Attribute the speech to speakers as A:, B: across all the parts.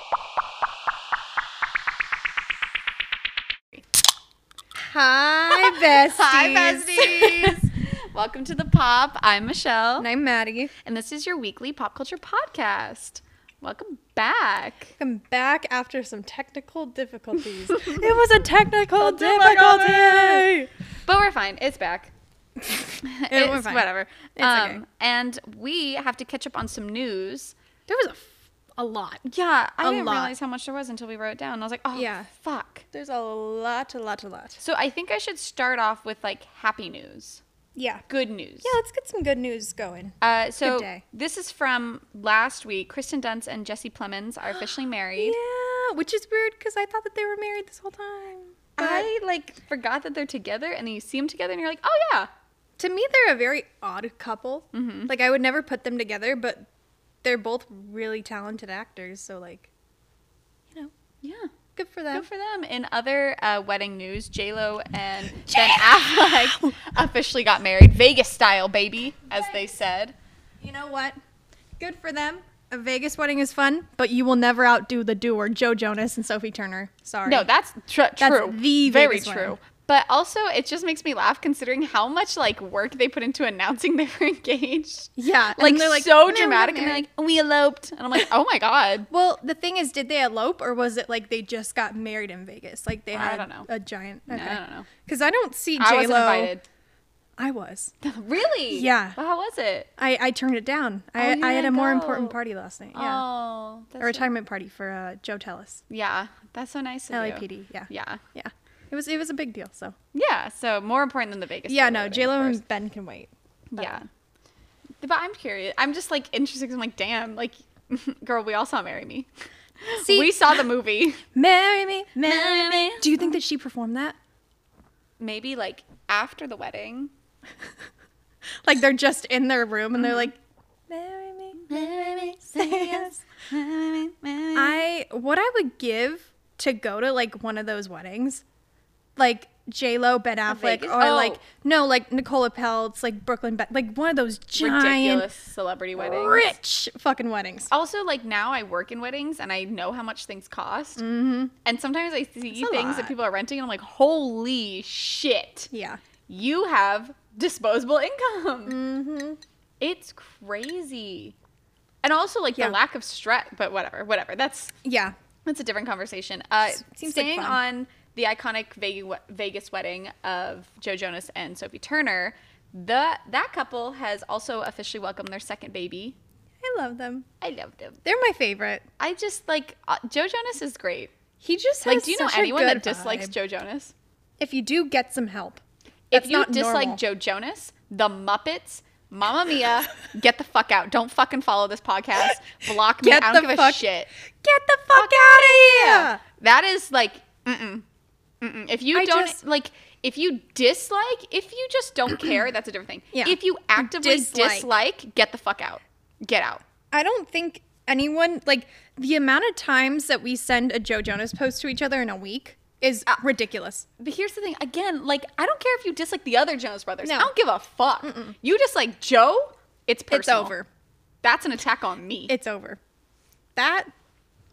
A: Hi, besties.
B: Hi, besties. Welcome to the pop. I'm Michelle,
A: And I'm Maddie.
B: and this is your weekly pop culture podcast. Welcome back.
A: Come back after some technical difficulties. it was a technical
B: difficulty.
A: difficulty.
B: But we're fine. It's back.
A: we're
B: It's
A: fine.
B: whatever. Um,
A: It's okay.
B: And we have to catch up on some news.
A: There was a, f- a lot.
B: Yeah, I
A: A
B: didn't
A: lot.
B: realize how much there was until we wrote it down. I was like, oh,
A: Yeah.
B: fuck.
A: There's a lot, a lot, a lot.
B: So I think I should start off with like happy news,
A: Yeah.
B: good news.
A: Yeah, let's get some good news going.
B: Uh, so
A: Good day.
B: this is from last week. Kristen Dunst and Jesse Plemons are officially married.
A: Yeah, which is weird because I thought that they were married this whole time. But
B: I like forgot that they're together, and then you see them together, and you're like, oh yeah,
A: to me, they're a very odd couple. Like, I would never put them together, but they're both really talented actors. So, like, you know,
B: yeah.
A: good for them.
B: Good for them. In other uh, wedding news, J Lo and Ben Affleck officially got married, Vegas style, baby, as they said.
A: You know what? Good for them. A Vegas wedding is fun, but you will never outdo the doer, Joe Jonas and Sophie Turner. Sorry.
B: No, that's tr- true.
A: the
B: very
A: Vegas
B: true.
A: wedding.
B: But also, it just makes me laugh considering how much like work they put into announcing they were engaged.
A: yeah,
B: Like,
A: and they're "No,
B: so
A: we're
B: dramatic, and they're
A: married."
B: like, "We eloped," and I'm like, "Oh my god."
A: well, the thing is, did they elope or was it like they just got married in Vegas? Like they
B: I
A: had
B: don't know.
A: a giant.
B: No, I don't know.
A: Because I don't see
B: I
A: J
B: wasn't
A: Lo.
B: invited.
A: I was.
B: really?
A: Yeah.
B: Well, how was it?
A: I I turned it down.
B: Oh,
A: I
B: you
A: I had a
B: didn't
A: more
B: go.
A: important party last night. Yeah,
B: Oh, that's
A: a retirement party for uh, Joe Tellis,
B: Yeah, that's so nice of you.
A: LAPD. Yeah. yeah,
B: Yeah,
A: It was it was a big deal. So
B: yeah. So more important than the Vegas.
A: yeah,
B: Strip
A: no,
B: wedding,
A: J Lo
B: of course.
A: and Ben can wait. that
B: Yeah, but I'm curious. I'm just like interested. i I'm like, damn, like, girl, we all saw Marry Me.
A: See-
B: we saw the movie.
A: Marry me,
B: Marry
A: marry
B: me.
A: me. Do you think that she performed that?
B: Maybe like after the wedding.
A: Like they're just in their room and they're like, Mm-hmm. marry me. I what I would give to go to like one of those weddings, like J Lo, Ben Affleck,
B: Vegas?
A: or like
B: Oh.
A: no, like Nicola Peltz, like Brooklyn, Be- like one of those giant,
B: Ridiculous celebrity wedding.
A: rich fucking weddings.
B: Also, like now I work in weddings and I know how much things cost.
A: Mm-hmm.
B: And sometimes I see
A: It's a
B: things that
A: lot.
B: people are renting and I'm like, holy shit,
A: Yeah.
B: you have disposable income.
A: Mm-hmm.
B: It's crazy. And also like
A: Yeah.
B: the lack of stress, but whatever, whatever. That's
A: Yeah.
B: that's a different conversation. Uh,
A: S- seems like
B: staying
A: fun.
B: on the iconic Ve- Vegas wedding of Joe Jonas and Sophie Turner, the that couple has also officially welcomed their second baby.
A: I love them.
B: I love them.
A: They're my favorite.
B: I just like uh, Joe Jonas is great.
A: He just has
B: Like, do you know
A: such a
B: anyone that
A: good
B: dislikes
A: vibe.
B: Joe Jonas?
A: If you do, get some help. That's
B: if you
A: not
B: dislike
A: normal.
B: Joe Jonas, the Muppets, Mamma Mia, get the fuck out. Don't fucking follow this podcast. Block me.
A: Get
B: I don't
A: the
B: give a
A: fuck
B: shit.
A: Get the fuck, out of here!
B: That is like, mm-mm. Mm-mm. If you
A: I
B: don't
A: just-
B: like, if you dislike, if you just don't care, that's a different thing.
A: Yeah.
B: If you actively dislike.
A: Dislike.
B: get the fuck out. Get out.
A: I don't think anyone like the amount of times that we send a Joe Jonas post to each other in a week is
B: Ah.
A: ridiculous.
B: But here's the thing. Again, like, I don't care if you dislike the other Jonas brothers.
A: No.
B: I don't give a fuck. You dislike Joe. It's personal.
A: It's over.
B: That's an attack on me.
A: It's over. That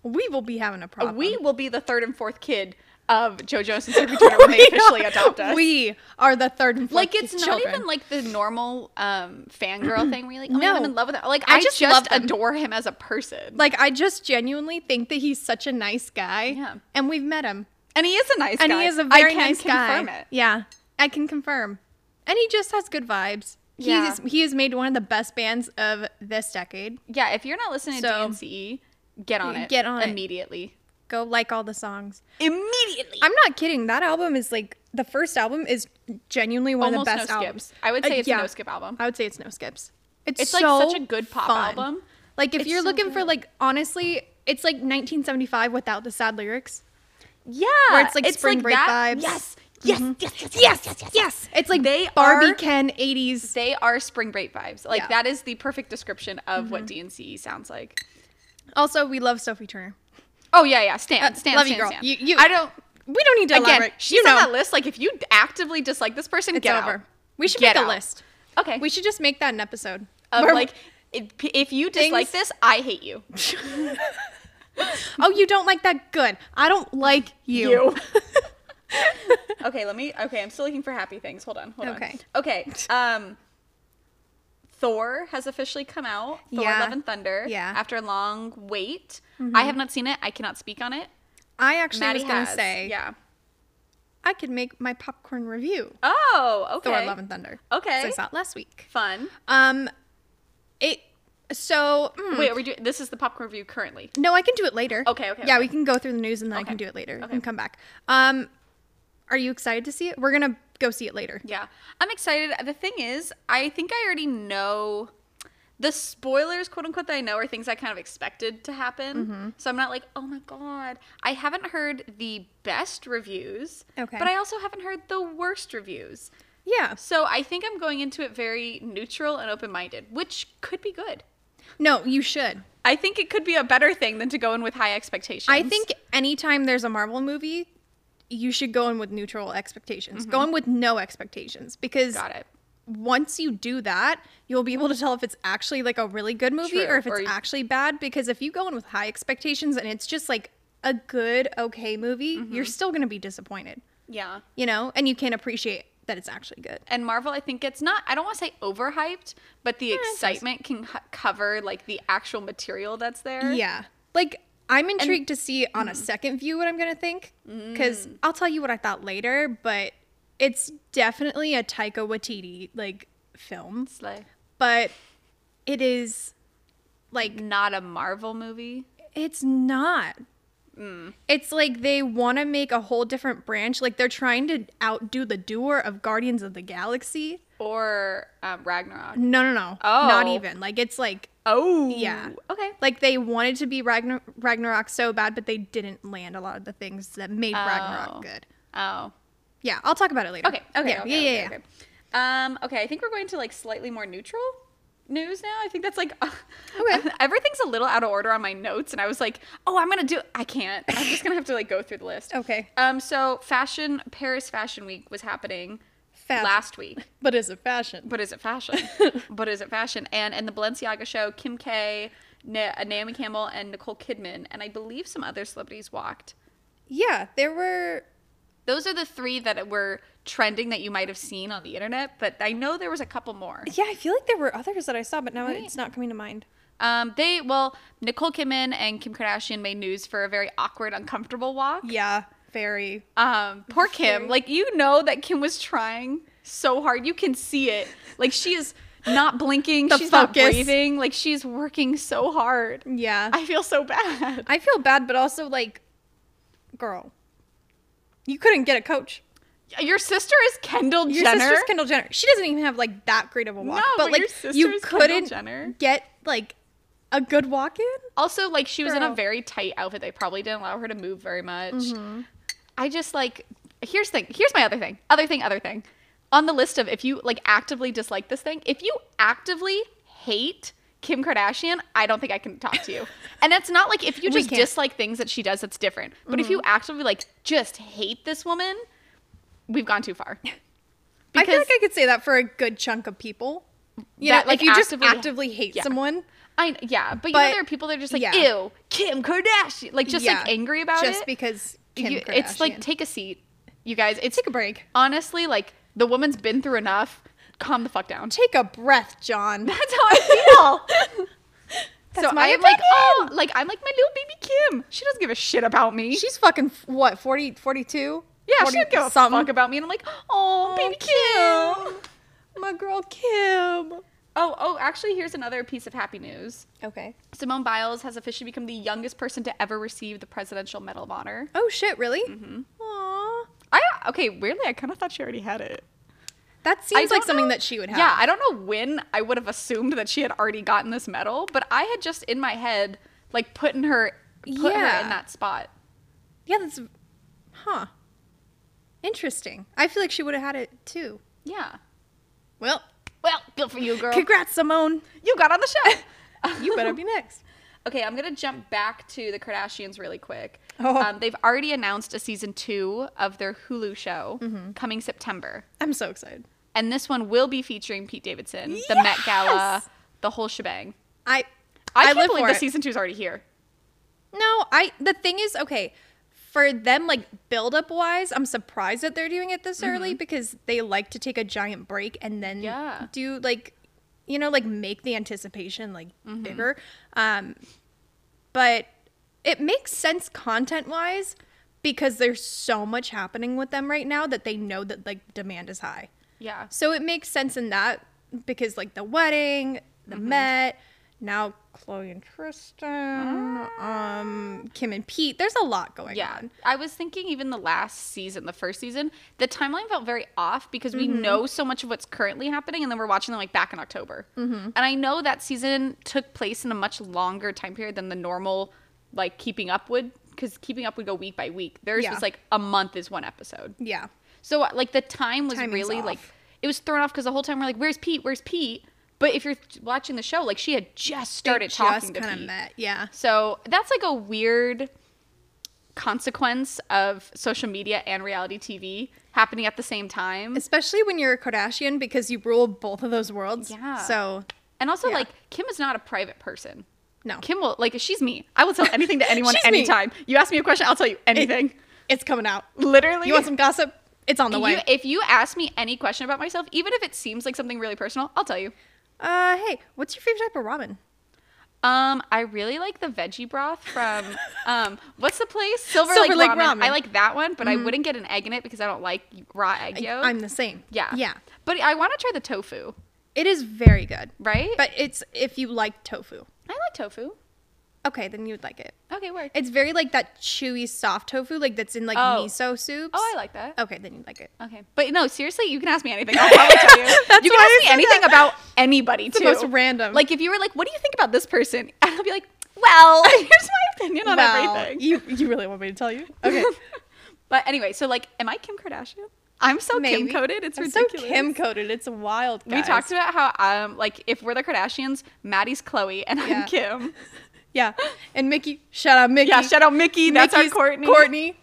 A: we will be having a problem.
B: We will be the third and fourth kid of Joe Jonas and Sophie Turner when they officially adopt us.
A: We are the third and fourth
B: like it's not
A: children.
B: even like the normal um, fangirl thing where you're like, oh,
A: No.
B: I'm in love with him. Like
A: I
B: I,
A: just
B: just,
A: love them.
B: adore him as a person.
A: like I just genuinely think that he's such a nice guy.
B: Yeah.
A: And we've met him.
B: and he is a nice
A: And
B: guy.
A: he is a very
B: I can
A: nice guy.
B: confirm it.
A: Yeah. I can confirm. And he just has good vibes.
B: Yeah.
A: He's he has made one of the best bands of this decade.
B: Yeah, if you're not listening
A: So-
B: to DNCE, get on it.
A: Get on it.
B: immediately.
A: Go like all the songs.
B: Immediately.
A: I'm not kidding. That album is like the first album is genuinely one
B: Almost
A: of the best
B: no
A: albums.
B: skips. I would
A: Uh,
B: say it's
A: yeah.
B: a no skip album.
A: I would say it's no skips. It's,
B: It's
A: so
B: like such a good pop
A: fun.
B: album.
A: Like if
B: It's
A: you're
B: so
A: looking for
B: good.
A: like honestly, it's like 1975 without the sad lyrics.
B: Yeah.
A: Where it's like spring break vibes.
B: Yes. Yes,
A: Mhm.
B: yes, yes, yes, yes, yes, Mm-hmm. yes.
A: It's like
B: They
A: Barbie
B: are-
A: Ken 80s.
B: They are spring break vibes. Like
A: Yeah. Mm-hmm.
B: that is the perfect description of what DNCE sounds like.
A: Also, we love Sophie Turner.
B: Oh yeah, yeah. Stan, Stan,
A: Uh, love you,
B: Stan,
A: girl.
B: Stan.
A: You- you-
B: I don't.
A: We don't need to
B: Again,
A: elaborate.
B: she's on that list. Like, if you actively dislike this person,
A: It's
B: get
A: over.
B: Out.
A: We should
B: Get
A: make a
B: out.
A: list.
B: Okay.
A: We should just make that an episode.
B: of
A: Where-
B: like, if, if you dislike
A: Things-
B: this, I hate you.
A: oh, you don't like that? Good. I don't like you.
B: okay, let me. Okay, I'm still looking for happy things. Hold on. Hold
A: Okay.
B: on. Okay. Um, Thor has officially come out. Thor:
A: Yeah.
B: Love and Thunder.
A: Yeah. Mm-hmm.
B: After a long wait, I have not seen it. I cannot speak on it.
A: I actually
B: Maddie
A: was gonna
B: has.
A: say
B: Yeah.
A: I could make my popcorn review
B: Oh. Okay.
A: Thor: Love and Thunder. 'cause
B: Okay.
A: I saw it last week.
B: Fun.
A: Um, it so mm,
B: Wait, are we doing? This is the popcorn review currently.
A: no, I can do it later.
B: Okay, okay,
A: Yeah,
B: okay.
A: we can go through the news and then I
B: Okay.
A: can do it later
B: Okay.
A: and come back. Um, are you excited to see it? We're gonna go see it later.
B: Yeah. I'm excited. The thing is, I think I already know the spoilers, quote unquote, that I know are things I kind of expected to happen.
A: Mm-hmm.
B: So I'm not like, oh my God. I haven't heard the best reviews.
A: Okay.
B: But I also haven't heard the worst reviews.
A: Yeah.
B: So I think I'm going into it very neutral and open minded, which could be good.
A: No, you should.
B: I think it could be a better thing than to go in with high expectations.
A: I think anytime there's a Marvel movie, you should go in with neutral expectations. Go in with no expectations because
B: Mm-hmm. Got it.
A: once you do that, you'll be able to tell if it's actually like a really good movie
B: True,
A: or if it's
B: or you-
A: actually bad. Because if you go in with high expectations and it's just like a good, okay movie,
B: Mm-hmm.
A: you're still going to be disappointed,
B: Yeah.
A: you know, and you can't appreciate that it's actually good.
B: and Marvel, I think it's not. I don't want to say overhyped, but the
A: it's Eh, just-
B: excitement can h- cover like the actual material that's there.
A: Yeah. Like, I'm intrigued to see
B: Mm.
A: on a second view what I'm going to think because I'll tell you what I thought later, but it's definitely a Taika Waititi like film,
B: it's like
A: but it is like
B: not a Marvel movie.
A: It's not.
B: Mm.
A: It's like they want to make a whole different branch. Like they're trying to outdo the doer of Guardians of the Galaxy.
B: Or um, Ragnarok.
A: No, no, no.
B: Oh.
A: Not even. Like it's like
B: Oh,
A: Yeah.
B: Okay.
A: like they wanted to be Ragnar- Ragnarok so bad, but they didn't land a lot of the things that made
B: Oh.
A: Ragnarok good.
B: Oh,
A: Yeah, I'll talk about it later.
B: okay. Okay.
A: Yeah,
B: okay,
A: yeah,
B: okay,
A: yeah. yeah.
B: okay. Um, okay. I think we're going to like slightly more neutral news now. I think that's like
A: Okay.
B: everything's a little out of order on my notes, and I was like, oh, I'm gonna do. I can't. I'm just gonna have to like go through the list.
A: Okay.
B: Um. So, fashion Paris Fashion Week was happening.
A: Fashion.
B: Last week,
A: But is it fashion?
B: But is it fashion? but is it fashion? And in the Balenciaga show, Kim K, Na- uh, Naomi Campbell, and Nicole Kidman, and I believe some other celebrities walked.
A: Yeah, there were.
B: Those are the three that were trending that you might have seen on the internet, but I know there was a couple more.
A: Yeah, I feel like there were others that I saw, but now
B: Right.
A: it's not coming to mind.
B: Um, they well, Nicole Kidman and Kim Kardashian made news for a very awkward, uncomfortable walk.
A: Yeah, very.
B: Um, poor Kim. Like you know that Kim was trying so hard. You can see it. Like she is not blinking.
A: The
B: she's not
A: focus.
B: breathing. Like she's working so hard.
A: Yeah.
B: I feel so bad.
A: I feel bad, but also like, girl, you couldn't get a coach.
B: Your sister is Kendall
A: Your
B: Jenner.
A: sister's Kendall Jenner. She doesn't even have like that great of a walk.
B: No,
A: but,
B: but
A: like
B: your sister
A: you
B: is Kendall
A: couldn't
B: Jenner.
A: get like a good walk in.
B: also, like she was in a
A: Girl.
B: very tight outfit. They probably didn't allow her to move very much.
A: Mm-hmm.
B: I just like here's thing. Here's my other thing. Other thing. Other thing. On the list of if you like actively dislike this thing, if you actively hate Kim Kardashian, I don't think I can talk to you. and that's not like if you
A: We
B: just
A: can't. Mm-hmm.
B: dislike things that she does, that's different. But if you actively like just hate this woman, we've gone too far.
A: I feel like I could say that for a good chunk of people. You
B: That,
A: know,
B: like,
A: like if you just
B: actively-
A: actively hate
B: Yeah.
A: someone,
B: I kn- yeah, but, you know
A: But-
B: there are people that are just like
A: yeah.
B: ew, Kim Kardashian, like just like
A: yeah,
B: angry about
A: just
B: it.
A: because Kim
B: You- it's like
A: Kardashian.
B: take a seat, you guys. It's
A: take a break,
B: honestly like the woman's been through enough. Calm the fuck down.
A: take a breath, John.
B: That's how I feel.
A: That's
B: so
A: my
B: I'm like
A: opinion.
B: oh, like I'm like my little baby Kim. She doesn't give a shit about me.
A: She's fucking what 40, 42?
B: yeah,
A: 40
B: she doesn't give a
A: something.
B: fuck about me. And I'm like oh, baby Kim.
A: My girl Kim.
B: Oh oh, actually here's another piece of happy news.
A: Okay.
B: Simone Biles has officially become the youngest person to ever receive the Presidential Medal of Honor.
A: Oh shit, really? Mm-hmm. Aww.
B: I okay, weirdly, I kind of thought she already had it.
A: That
B: I
A: seems
B: don't
A: like something
B: know-
A: that she would have.
B: Yeah, I don't know when I would have assumed that she had already gotten this medal, but I had just in my head like putting her put her
A: Yeah.
B: in that spot.
A: Yeah, that's huh. Interesting. I feel like she would have had it too.
B: Yeah.
A: Well,
B: Well, good for you, girl.
A: congrats, Simone.
B: you got on the show.
A: You better be next.
B: Okay, I'm gonna jump back to the Kardashians really quick.
A: Oh.
B: Um, they've already announced a season two of their Hulu show
A: Mm-hmm.
B: coming September.
A: I'm so excited.
B: And this one will be featuring Pete Davidson, the Met Gala,
A: Yes!
B: the whole shebang.
A: I
B: I,
A: I
B: can't
A: live
B: believe
A: for
B: the
A: it.
B: season two is already here.
A: No, I the thing is, okay, for them, like build up wise, I'm surprised that they're doing it this early because they like to take a giant break and then
B: Yeah.
A: do like, you know, like make the anticipation like bigger. Um, but it makes sense content wise because there's so much happening with them right now that they know that like demand is high.
B: Yeah.
A: So it makes sense in that because like the wedding, the
B: Mm-hmm.
A: Met, now Chloe and Tristan, um, Kim and Pete. There's a lot going
B: Yeah.
A: on.
B: I was thinking even the last season, the first season, the timeline felt very off because we
A: Mm-hmm.
B: know so much of what's currently happening and then we're watching them like back in October.
A: Mm-hmm.
B: And I know that season took place in a much longer time period than the normal like keeping up would because keeping up would go week by week. Theirs
A: Yeah.
B: was like a month is one episode.
A: Yeah.
B: So uh, like the time was
A: Timing's
B: really
A: off.
B: like it was thrown off because the whole time we're like, "Where's Pete? Where's Pete?" But if you're th- watching the show, like she had just started talking to
A: kinda
B: Pete.
A: met. Yeah.
B: So that's like a weird consequence of social media and reality TV happening at the same time.
A: Especially when you're a Kardashian because you rule both of those worlds.
B: Yeah.
A: So
B: And also,
A: yeah.
B: like Kim is not a private person.
A: no.
B: Kim will like she's me. I will tell anything to anyone
A: She's me.
B: anytime. You ask me a question, I'll tell you anything.
A: It's coming out.
B: Literally,
A: You want some gossip? It's on the way.
B: You- if you ask me any question about myself, even if it seems like something really personal, I'll tell you.
A: uh hey, what's your favorite type of ramen?
B: Um, I really like the veggie broth from um, what's the place? Silver,
A: Silver
B: Lake, Ramen.
A: Lake Ramen. Mm-hmm.
B: I like that one, but I wouldn't get an egg in it because I don't like raw egg yolk.
A: I'm the same.
B: yeah,
A: Yeah.
B: But I want to try the tofu,
A: It is very good.
B: right?
A: But it's if you like tofu.
B: I like tofu.
A: Okay, then you would like it.
B: Okay, where?
A: It's very like that chewy soft tofu, like that's in like
B: Oh.
A: miso soups.
B: Oh, I like that.
A: Okay, then you like it.
B: Okay, but no, seriously, you can ask me anything. I'll probably tell you. you can
A: Oh. why
B: ask
A: I
B: me
A: said
B: anything
A: that.
B: about anybody
A: the
B: too.
A: most random.
B: Like if you were like, "What do you think about this person?" And I'll be like, "Well, here's my opinion on
A: Wow,
B: everything."
A: You you really want me to tell you? Okay,
B: But anyway, so like, am I Kim Kardashian? I'm so Kim
A: maybe.
B: coded. It's
A: I'm
B: ridiculous.
A: So Kim coded. It's wild.
B: We
A: guys.
B: talked about how um like if we're the Kardashians, Maddie's Chloe and
A: Yeah.
B: I'm Kim.
A: Yeah, and Mickey. Shout out Mickey.
B: Yeah, shout out Mickey. That's our
A: Mickey's
B: Courtney.
A: Courtney.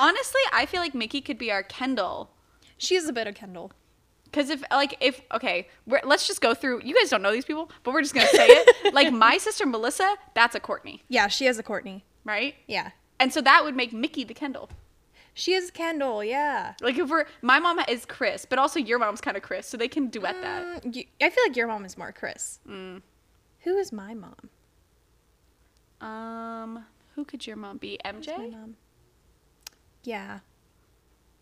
B: Honestly, I feel like Mickey could be our Kendall.
A: She is a bit of Kendall.
B: Because if like if okay, we're, let's just go through. You guys don't know these people, but we're just gonna say it. like my sister Melissa, that's a Courtney,
A: Yeah, she is a Courtney.
B: right?
A: Yeah,
B: And so that would make Mickey the Kendall.
A: she is Kendall. Yeah.
B: Like if we're my mom is Chris, but also your mom's kind of Chris, so they can duet that.
A: Mm, you- I feel like your mom is more Chris.
B: Mm.
A: Who is my mom?
B: Um, who could your mom be?
A: Who's Mm. my
B: MJ?
A: mom? Yeah.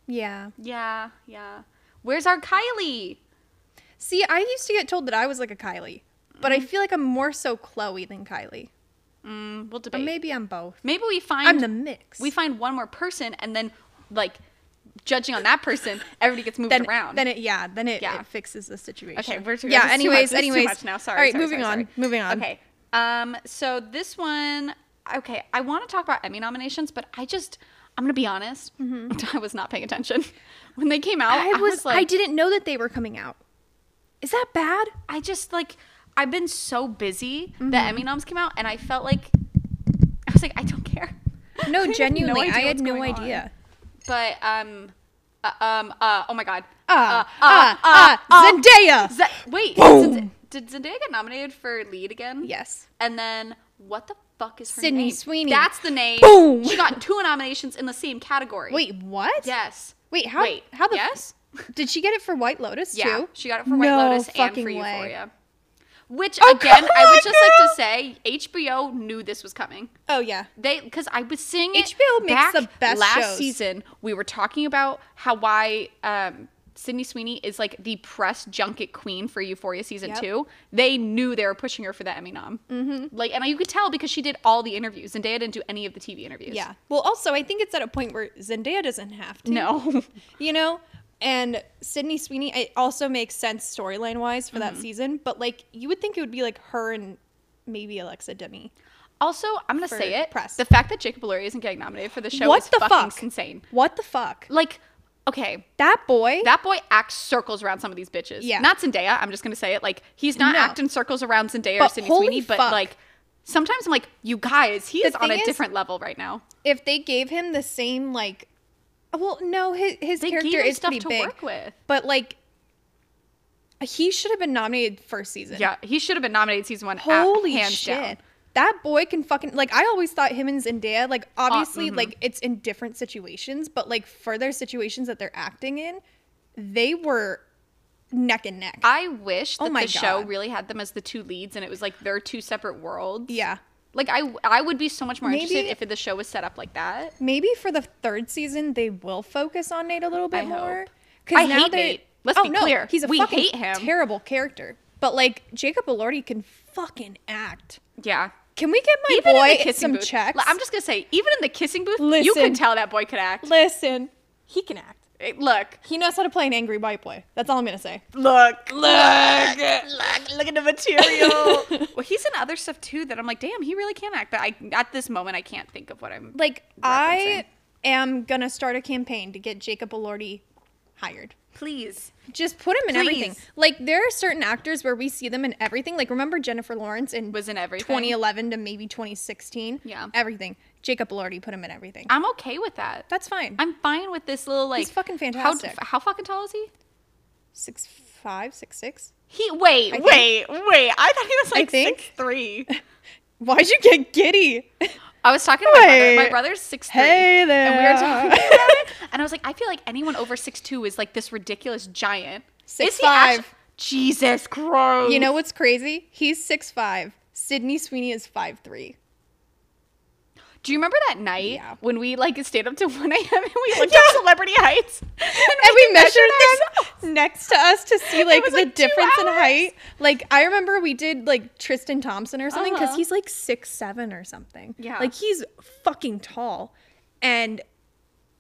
A: Yeah.
B: Yeah, yeah. Where's our Kylie?
A: See, I used to get told that I was like a Kylie, but I
B: Mm-hmm.
A: feel like I'm more so Chloe than Kylie.
B: Mm, we'll
A: But
B: debate.
A: maybe I'm both.
B: Maybe we find
A: I'm the mix.
B: we find one more person and then like judging on that person, everybody gets moved
A: then,
B: around.
A: Then it yeah, then it,
B: Yeah.
A: it fixes the situation.
B: okay, we're too,
A: yeah.
B: this is too much-
A: Anyways,
B: this is too
A: anyways.
B: much now. Sorry.
A: All right,
B: sorry,
A: moving
B: sorry,
A: on.
B: sorry.
A: Moving on.
B: Okay. Um so this one okay, I want to talk about Emmy nominations, but I just I'm going to be honest. I was not paying attention. When they came out,
A: Mm-hmm. I was
B: like
A: I didn't know that they were coming out. Is that bad?
B: I just like I've been so busy that
A: Mm-hmm.
B: Emmy noms came out and I felt like I was like I don't care. I
A: No,
B: have no
A: genuinely,
B: idea
A: I had
B: what's
A: no
B: going on.
A: idea.
B: But um, uh, um, uh, oh my god. Uh,
A: Ah,
B: uh,
A: ah,
B: uh,
A: ah,
B: uh,
A: Zendaya.
B: Z- wait, Zend- did Zendaya get nominated for lead again?
A: yes.
B: And then what the fuck is her
A: Sydney
B: name?
A: Sweeney.
B: That's the name.
A: Boom.
B: She got two nominations in the same category.
A: Wait, what?
B: Yes.
A: Wait, how?
B: Wait.
A: How the?
B: yes?
A: Did she get it for White Lotus
B: Yeah.
A: too?
B: She got it for White
A: No
B: Lotus and for
A: fucking way.
B: Euphoria. Which
A: Oh,
B: again,
A: come
B: I would
A: on,
B: just like to say HBO knew this was coming.
A: Oh yeah.
B: They because I was seeing it
A: HBO makes
B: back
A: the best
B: last
A: shows.
B: season. We were talking about how why um, Sydney Sweeney is like the press junket queen for Euphoria season
A: Yep.
B: two. They knew they were pushing her for the Emmy nom. Mm-hmm. Like, and you could tell because she did all the interviews. Zendaya didn't do any of the TV interviews.
A: Yeah. Well, also, I think it's at a point where Zendaya doesn't have to.
B: No.
A: You know? And Sydney Sweeney, it also makes sense storyline wise for
B: Mm-hmm.
A: that season, but like you would think it would be like her and maybe Alexa Demi.
B: also, I'm gonna
A: For
B: say it.
A: press.
B: The fact that Jacob Elordi isn't getting nominated for the show
A: What
B: is
A: the
B: fucking
A: fuck?
B: insane.
A: What the fuck?
B: Like, okay,
A: That boy.
B: That boy acts circles around some of these bitches.
A: Yeah.
B: Not Zendaya. I'm just gonna say it. Like he's not
A: No.
B: acting circles around Zendaya or
A: But
B: Sydney
A: holy
B: Sweeney, but
A: fuck.
B: like sometimes I'm like, you guys, he
A: The
B: is on a
A: thing is-
B: different level right now.
A: if they gave him the same like, well, no, his his
B: They gave
A: character
B: him
A: is
B: stuff
A: pretty
B: to
A: big,
B: work with.
A: but like he should have been nominated first season.
B: Yeah, he should have been nominated season one. at-
A: Holy
B: hands
A: shit.
B: Down.
A: that boy can fucking like I always thought him and Zendaya like obviously
B: Mm-hmm.
A: like it's in different situations, but like for their situations that they're acting in, they were neck and neck.
B: I wish that
A: Oh my
B: the show
A: God.
B: really had them as the two leads and it was like their two separate worlds.
A: yeah.
B: Like I I would be so much more interested
A: Maybe-
B: if the show was set up like that.
A: Maybe for the third season they will focus on Nate a little bit
B: I
A: more.
B: hope. I hate
A: they-
B: Nate. Let's
A: oh,
B: be
A: no,
B: clear.
A: He's a
B: We
A: fucking
B: hate him.
A: terrible character. But like Jacob Elordi can fucking act.
B: Yeah.
A: Can we get my
B: in the
A: boy
B: kissing
A: some
B: booth-
A: checks?
B: Like, I'm just gonna say, even in the kissing booth, you
A: Listen.
B: can tell that boy could act.
A: listen. He can act.
B: Eh, Look,
A: He knows how to play an angry white boy. That's all I'm gonna say.
B: look, look, look, look at the material. well, he's in other stuff too that I'm like, damn, he really can act. But I, at this moment, I can't think of what I'm.
A: Like
B: Referencing.
A: I am gonna start a campaign to get Jacob Elordi hired.
B: Please,
A: Just put him in everything.
B: Please.
A: Like there are certain actors where we see them in everything. Like remember Jennifer Lawrence in
B: was in everything.
A: 2011 to maybe 2016.
B: Yeah.
A: everything. Jacob Elordi put him in everything.
B: I'm okay with that.
A: That's fine.
B: I'm fine with this little like.
A: He's fucking
B: how-
A: fantastic.
B: How, fucking tall is he?
A: six five, six six.
B: He wait,
A: I think-
B: wait, wait. I thought he was like
A: think-
B: six three.
A: Why'd you get giddy?
B: I was talking to my brother. My
A: Wait.
B: brother's six three.
A: Hey
B: And we were
A: there.
B: talking about it, and I was like, I feel like anyone over six two is like this ridiculous giant.
A: Six
B: Is he actu-
A: five.
B: Jesus Christ!
A: you know what's crazy? He's six five. Sydney Sweeney is five three.
B: Do you remember that night
A: Yeah.
B: when we like stayed up till one a.m. and we looked at Celebrity Heights?
A: and we measured
B: measured
A: them next to us to see like
B: was,
A: the
B: like, two
A: difference in
B: hours.
A: height. Like I remember we did like Tristan Thompson or something because
B: Uh-huh.
A: he's like six seven or something.
B: Yeah.
A: like he's fucking tall, and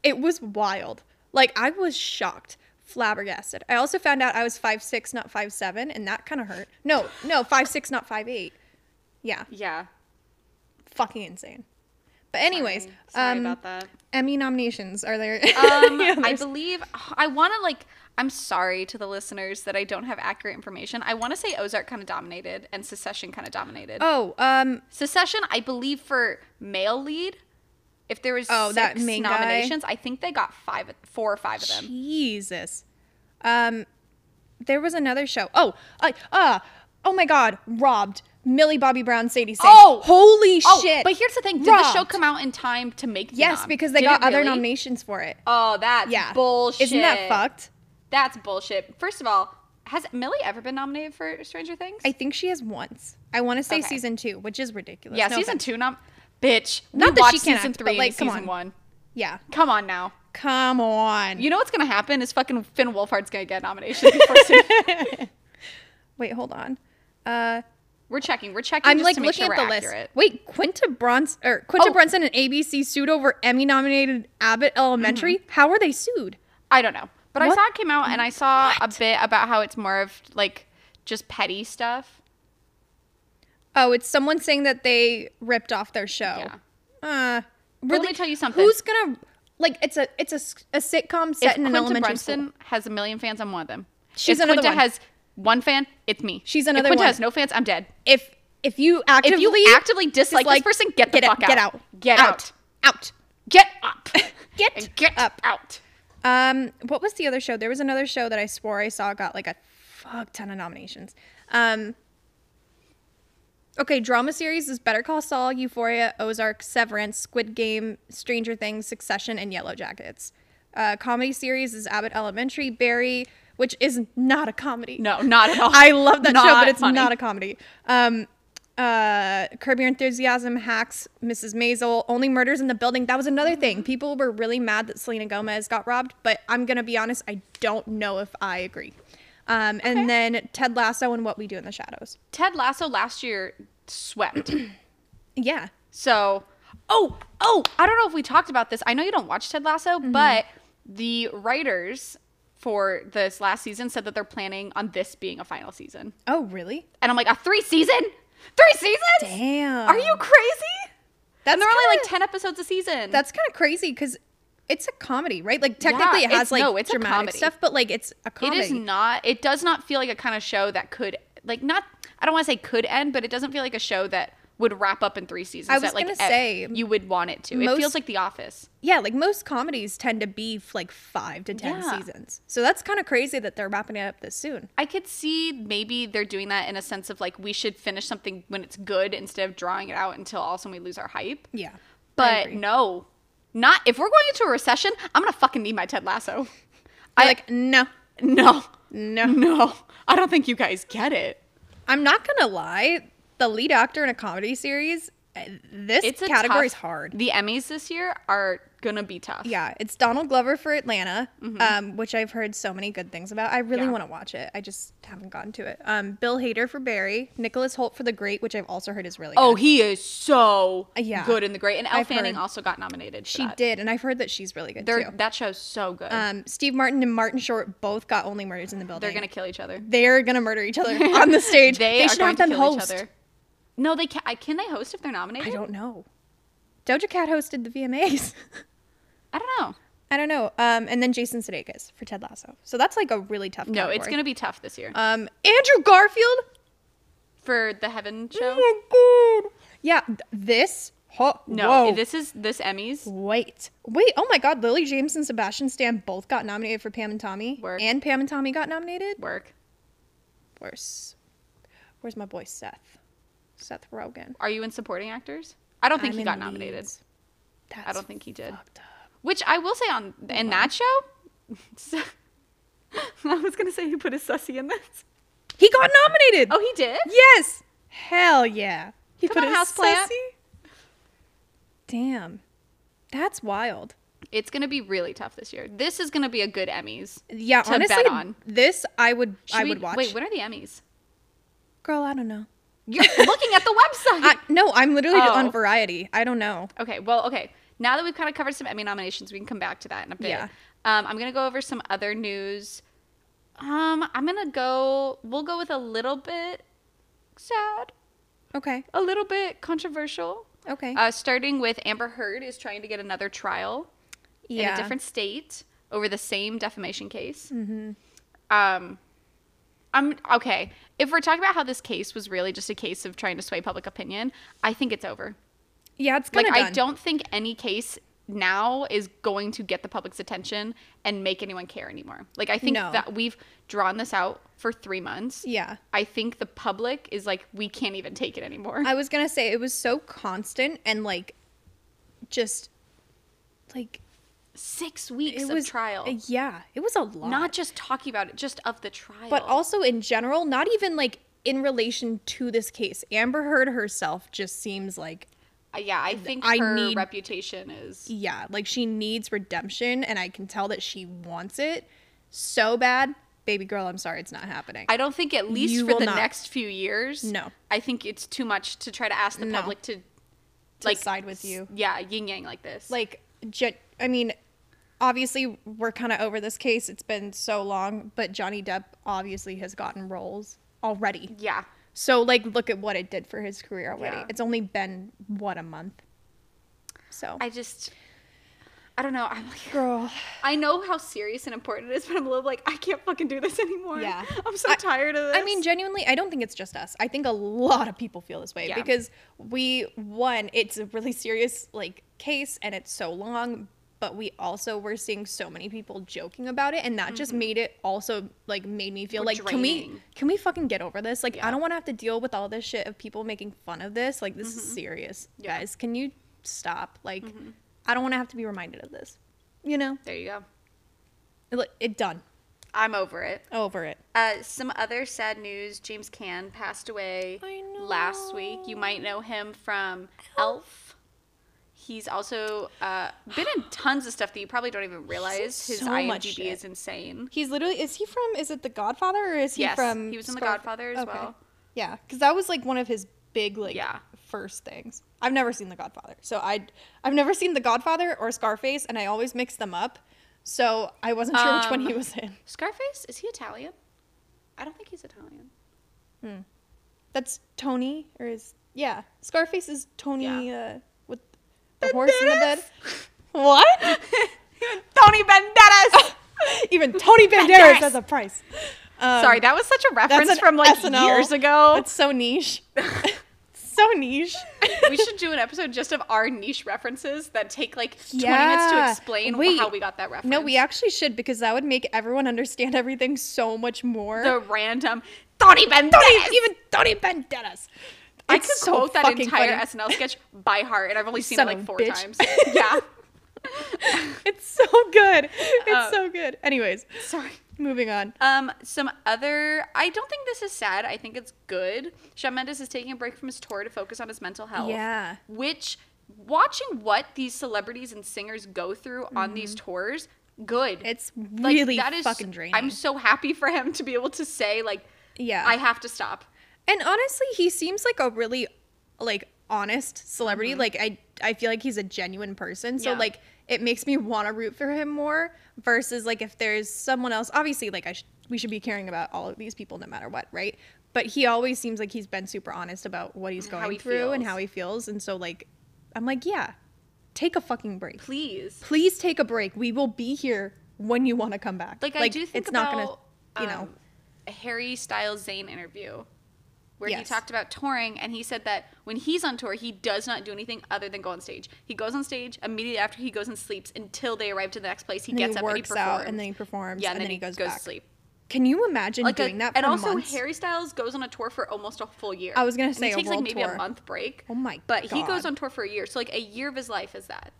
A: it was wild. Like I was shocked, flabbergasted. I also found out I was five six, not five seven, and that kind of hurt. No, no, five six, not five eight. Yeah,
B: Yeah.
A: fucking insane. But anyways,
B: Sorry, sorry
A: um,
B: about that.
A: Emmy nominations are there?
B: Um,
A: Yeah,
B: I
A: there's-
B: believe I want to like. I'm sorry to the listeners that I don't have accurate information. I want to say Ozark kind of dominated and Secession kind of dominated.
A: oh, um,
B: Secession, I believe for male lead, if there was
A: Oh,
B: six
A: that main guy?
B: nominations, I think they got five, four or five of them.
A: Jesus. Um, there was another show. Oh, I uh, oh my God, robbed Millie Bobby Brown, Sadie Sink.
B: Oh!
A: holy
B: Oh,
A: shit!
B: but here's the thing: did the show
A: Robbed.
B: come out in time to make? The
A: yes,
B: nom?
A: because they
B: Did
A: got
B: it
A: other
B: really?
A: nominations for it.
B: Oh, that's
A: Yeah,
B: bullshit.
A: Isn't that fucked?
B: That's bullshit. First of all, has Millie ever been nominated for Stranger Things?
A: I think she has once. I want to say
B: Okay.
A: season two, which is ridiculous.
B: yeah,
A: No
B: season
A: offense.
B: two nom. Bitch, we
A: Not that she
B: watched
A: can't
B: season
A: act, but,
B: three, and
A: like, come
B: season
A: on.
B: one.
A: Yeah,
B: Come on now.
A: come on.
B: You know what's gonna happen is fucking Finn Wolfhard's gonna get nominated. Before season-
A: Wait, hold on. Uh,
B: we're checking. We're checking.
A: I'm
B: just
A: like
B: to make
A: looking
B: sure
A: at the
B: we're
A: list.
B: accurate.
A: Wait, Quinta Brunson or Quinta
B: Oh.
A: Brunson and ABC sued over Emmy-nominated Abbott Elementary.
B: Mm-hmm.
A: How are they sued?
B: I don't know. But I
A: What?
B: saw it came out and I saw a bit about how it's more of like just petty stuff.
A: Oh, it's someone saying that they ripped off their show.
B: Yeah.
A: Uh,
B: let
A: really?
B: me tell you something.
A: Who's gonna like? It's a it's a, s- a sitcom set
B: If
A: in an
B: Quinta
A: elementary
B: Brunson
A: school.
B: has a million fans, I'm one of them.
A: She's
B: if
A: another
B: Quinta
A: one.
B: has one fan, it's me.
A: She's
B: If
A: another
B: Quinta
A: one.
B: has no fans, I'm dead.
A: If if you actively
B: If you actively dislike this
A: dislike-
B: person, get the
A: get
B: fuck
A: out,
B: out.
A: get out,
B: Get out.
A: out.
B: Get up.
A: Get
B: and get
A: up.
B: out.
A: Um, what was the other show? There was another show that I swore I saw got like a fuck ton of nominations. Um. Okay, drama series is Better Call Saul, Euphoria, Ozark, Severance, Squid Game, Stranger Things, Succession, and Yellow Jackets. Uh, comedy series is Abbott Elementary, Barry, which is not a comedy.
B: No, not at all.
A: I love that show,
B: Not
A: but it's
B: funny.
A: not a comedy. Um, uh, Curb Your Enthusiasm, Hacks, Mrs. Maisel, Only Murders in the Building. That was another thing. People were really mad that Selena Gomez got robbed, but I'm gonna be honest, I don't know if I agree. Um, and
B: Okay.
A: then Ted Lasso and What We Do in the Shadows.
B: Ted Lasso last year swept.
A: Yeah,
B: So, oh, oh, I don't know if we talked about this. I know you don't watch Ted Lasso,
A: Mm-hmm.
B: but the writers for this last season said that they're planning on this being a final season.
A: Oh, really?
B: And I'm like, a three season? Three seasons?
A: Damn.
B: Are you crazy?
A: That's
B: And they're only like
A: kinda-
B: 10 episodes a season.
A: That's kind of crazy because it's a comedy, right? Like technically, it
B: it's-
A: has like
B: no, it's a
A: dramatic
B: comedy.
A: stuff, but like it's a comedy.
B: It is not, it does not feel like a kind of show that could, like, not, I don't want to say could end, but it doesn't feel like a show that would wrap up in three seasons.
A: I was
B: that, like,
A: gonna
B: ev-
A: say,
B: you would want it to. it
A: most-
B: feels like The Office.
A: Yeah, like most comedies tend to be f- like five to ten
B: Yeah.
A: seasons. So that's kind of crazy that they're wrapping it up this soon.
B: I could see maybe they're doing that in a sense of like we should finish something when it's good instead of drawing it out until also we lose our hype.
A: Yeah. I
B: But
A: agree.
B: no, not if we're going into a recession. I'm gonna fucking need my Ted Lasso.
A: You're
B: I-
A: like, no,
B: No,
A: no.
B: no, I don't think you guys get it.
A: I'm not gonna lie. The lead actor in a comedy series, uh, this
B: It's a
A: category is
B: tough-
A: hard.
B: The Emmys this year are gonna be tough.
A: Yeah, it's Donald Glover for Atlanta, um, which I've heard so many good things about. I really
B: Mm-hmm. Yeah.
A: want to watch it. I just haven't gotten to it. Um, Bill Hader for Barry, Nicholas Holt for The Great, which I've also heard is really
B: Oh,
A: good.
B: he is so
A: Uh, Yeah.
B: good in the great. And Elle
A: I've
B: Fanning
A: heard.
B: also got nominated. For
A: she
B: that.
A: did, and I've heard that she's really good
B: They're,
A: too.
B: that show's so good.
A: Um, Steve Martin and Martin Short both got only murders in the building.
B: They're gonna kill each other.
A: they're gonna murder each other on the stage.
B: They,
A: they,
B: are
A: should
B: going
A: have
B: to
A: them
B: kill
A: host.
B: each other. No, they can. Can they host if they're
A: I
B: nominated?
A: don't know. Doja Cat hosted the VMAs.
B: I don't know.
A: I don't know. Um, and then Jason Sudeikis for Ted Lasso. So that's like a really tough.
B: No, it's
A: category.
B: gonna be tough this year
A: Um, Andrew Garfield.
B: for the Heaven show.
A: Oh my god. Yeah, th- this. Ho-
B: No,
A: whoa.
B: this is this Emmys.
A: Wait, wait. Oh my God, Lily James and Sebastian Stan both got nominated for Pam and Tommy,
B: Work.
A: and Pam and Tommy got nominated.
B: Work.
A: Where's, where's my boy Seth? Seth Rogen.
B: Are you in supporting actors? I don't think
A: I'm
B: he
A: in
B: got nominated.
A: leads. That's
B: I don't think he did.
A: fucked up.
B: Which I will say on in that show. I was gonna say he put his sussy in this.
A: He got nominated.
B: Oh, he did.
A: yes. Hell yeah. He
B: Come
A: put
B: on,
A: his
B: houseplant.
A: sussy- Damn. That's wild.
B: It's gonna be really tough this year. This is gonna be a good Emmys.
A: Yeah,
B: To bet
A: honestly,
B: on.
A: this I would
B: Should
A: I
B: we-
A: would watch.
B: Wait, when are the Emmys?
A: Girl, I don't know.
B: You're looking at the website.
A: I, no, I'm literally just
B: Oh.
A: on Variety. I don't know.
B: Okay, well, okay. Now that we've kind of covered some Emmy nominations, we can come back to that in a bit.
A: Yeah.
B: Um, I'm gonna go over some other news. Um, I'm gonna go. We'll go with a little bit sad,
A: Okay.
B: a little bit controversial.
A: Okay.
B: Uh, starting with Amber Heard is trying to get another trial in a different state over the same defamation case. Mm-hmm. Um, I'm okay. If we're talking about how this case was really just a case of trying to sway public opinion, I think it's over.
A: Yeah, it's kind
B: Like
A: of
B: I don't think any case now is going to get the public's attention and make anyone care anymore. Like I think
A: No.
B: that we've drawn this out for 3 months.
A: Yeah.
B: I think the public is like we can't even take it anymore.
A: I was gonna say it was so constant and like, just like
B: 6 weeks
A: it
B: of
A: was
B: trial.
A: Yeah, it was a lot.
B: Not just talking about it, just of the trial.
A: but also in general, not even like in relation to this case. Amber Heard herself just seems like
B: Uh, yeah, I think
A: I
B: her
A: need-
B: reputation is
A: yeah, like she needs redemption, and I can tell that she wants it so bad. Baby girl, I'm sorry, it's not happening.
B: I don't think at least
A: You
B: for
A: will
B: the
A: not-
B: next few years.
A: No.
B: I think it's too much to try to ask the
A: No.
B: public to
A: To
B: like
A: side with you.
B: Yeah, yin yang like this.
A: like ge- i mean obviously we're kind of over this case it's been so long but johnny depp obviously has gotten roles already
B: yeah.
A: so like look at what it did for his career already
B: Yeah.
A: it's only been what a month so
B: I just, I don't know. I'm like,
A: girl
B: I know how serious and important it is, but I'm a little like, I can't fucking do this anymore.
A: Yeah.
B: I'm so
A: I-
B: tired of this.
A: I mean, genuinely, I don't think it's just us. I think a lot of people feel this way
B: Yeah.
A: because we, one, it's a really serious like case and it's so long, but we also were seeing so many people joking about it, and that just made it also like made me feel
B: We're
A: like can
B: Mm-hmm. draining.
A: we can we fucking get over this? Like,
B: Yeah.
A: I don't want to have to deal with all this shit of people making fun of this. Like, this is serious,
B: Mm-hmm. Yeah. Mm-hmm.
A: guys. Can you stop? Like, I don't want to have to be reminded of this. You know,
B: there you go.
A: it, it done.
B: I'm over it.
A: Over it.
B: Uh, some other sad news: James Caan passed away
A: I
B: last week. You
A: know.
B: might know him from Elf. He's also uh, been in tons of stuff that you probably don't even realize. His
A: so
B: IMDb
A: much shit.
B: is insane.
A: He's literally is he from is it The Godfather or is he
B: Yes,
A: from
B: he was in The
A: Scarf-
B: Godfather as well.
A: Yeah, cuz that was like one of his big like
B: Yeah.
A: first things. I've never seen The Godfather. So I I've never seen The Godfather or Scarface and I always mix them up. So I wasn't sure which one
B: Um,
A: he was in.
B: Scarface is he Italian? I don't think he's Italian.
A: That's Tony or is yeah, Scarface is Tony uh with the
B: Banderas.
A: horse in the bed. What?
B: Tony Banderas.
A: Even Tony
B: Banderas.
A: Banderas has a price. Um,
B: Sorry, that was such a reference
A: an
B: from like
A: SNL.
B: years ago.
A: That's so niche. so niche.
B: we should do an episode just of our niche references that take like 20 minutes to
A: Yeah.
B: explain
A: Wait.
B: how we got that reference.
A: no, we actually should because that would make everyone understand everything so much more. e-
B: the random Tony Bendetta.
A: even Tony Banderas.
B: I
A: It's
B: could
A: so
B: quote that
A: fucking
B: entire
A: funny.
B: SNL sketch by heart, and I've only seen
A: Son
B: it
A: of
B: like
A: a
B: four
A: bitch.
B: times. yeah.
A: It's so good. It's
B: Uh,
A: so good. Anyways,
B: Sorry.
A: moving on.
B: Um, some other. I don't think this is sad. I think it's good. Shawn Mendes is taking a break from his tour to focus on his mental health.
A: Yeah.
B: Which, watching what these celebrities and singers go through on these tours, good.
A: Mm-hmm. It's
B: Like,
A: really fucking draining.
B: I'm so happy for him to be able to say like,
A: yeah.
B: I have to stop.
A: and honestly, he seems like a really like honest celebrity. Like I I feel like he's a genuine person. So
B: Mm-hmm. Yeah.
A: like it makes me want to root for him more versus like if there's someone else. Obviously, like I sh- we should be caring about all of these people no matter what, right? But he always seems like he's been super honest about what he's
B: And how
A: going
B: he
A: through and
B: feels.
A: how he feels. And so like I'm like, yeah, take a fucking break.
B: Please.
A: please take a break. We will be here when you want to come back.
B: Like, I do think
A: it's
B: about,
A: not gonna, you know.
B: um, a Harry Styles Zane interview where he
A: Yes.
B: talked about touring and he said that when he's on tour he does not do anything other than go on stage. He goes on stage immediately after he goes and sleeps until they arrive to the next place. He
A: And then
B: gets
A: he
B: up and he
A: works
B: performs.
A: out and then he performs
B: yeah,
A: and, then, he goes, back.
B: to sleep.
A: Can you imagine
B: Like a-
A: doing that for
B: and also
A: months?
B: Harry Styles goes on a tour for almost a full year.
A: I was gonna
B: And
A: say
B: he
A: a
B: takes like
A: world
B: maybe a
A: tour.
B: month break.
A: Oh my
B: But he goes
A: God.
B: on tour for a year, so like a year of his life is that.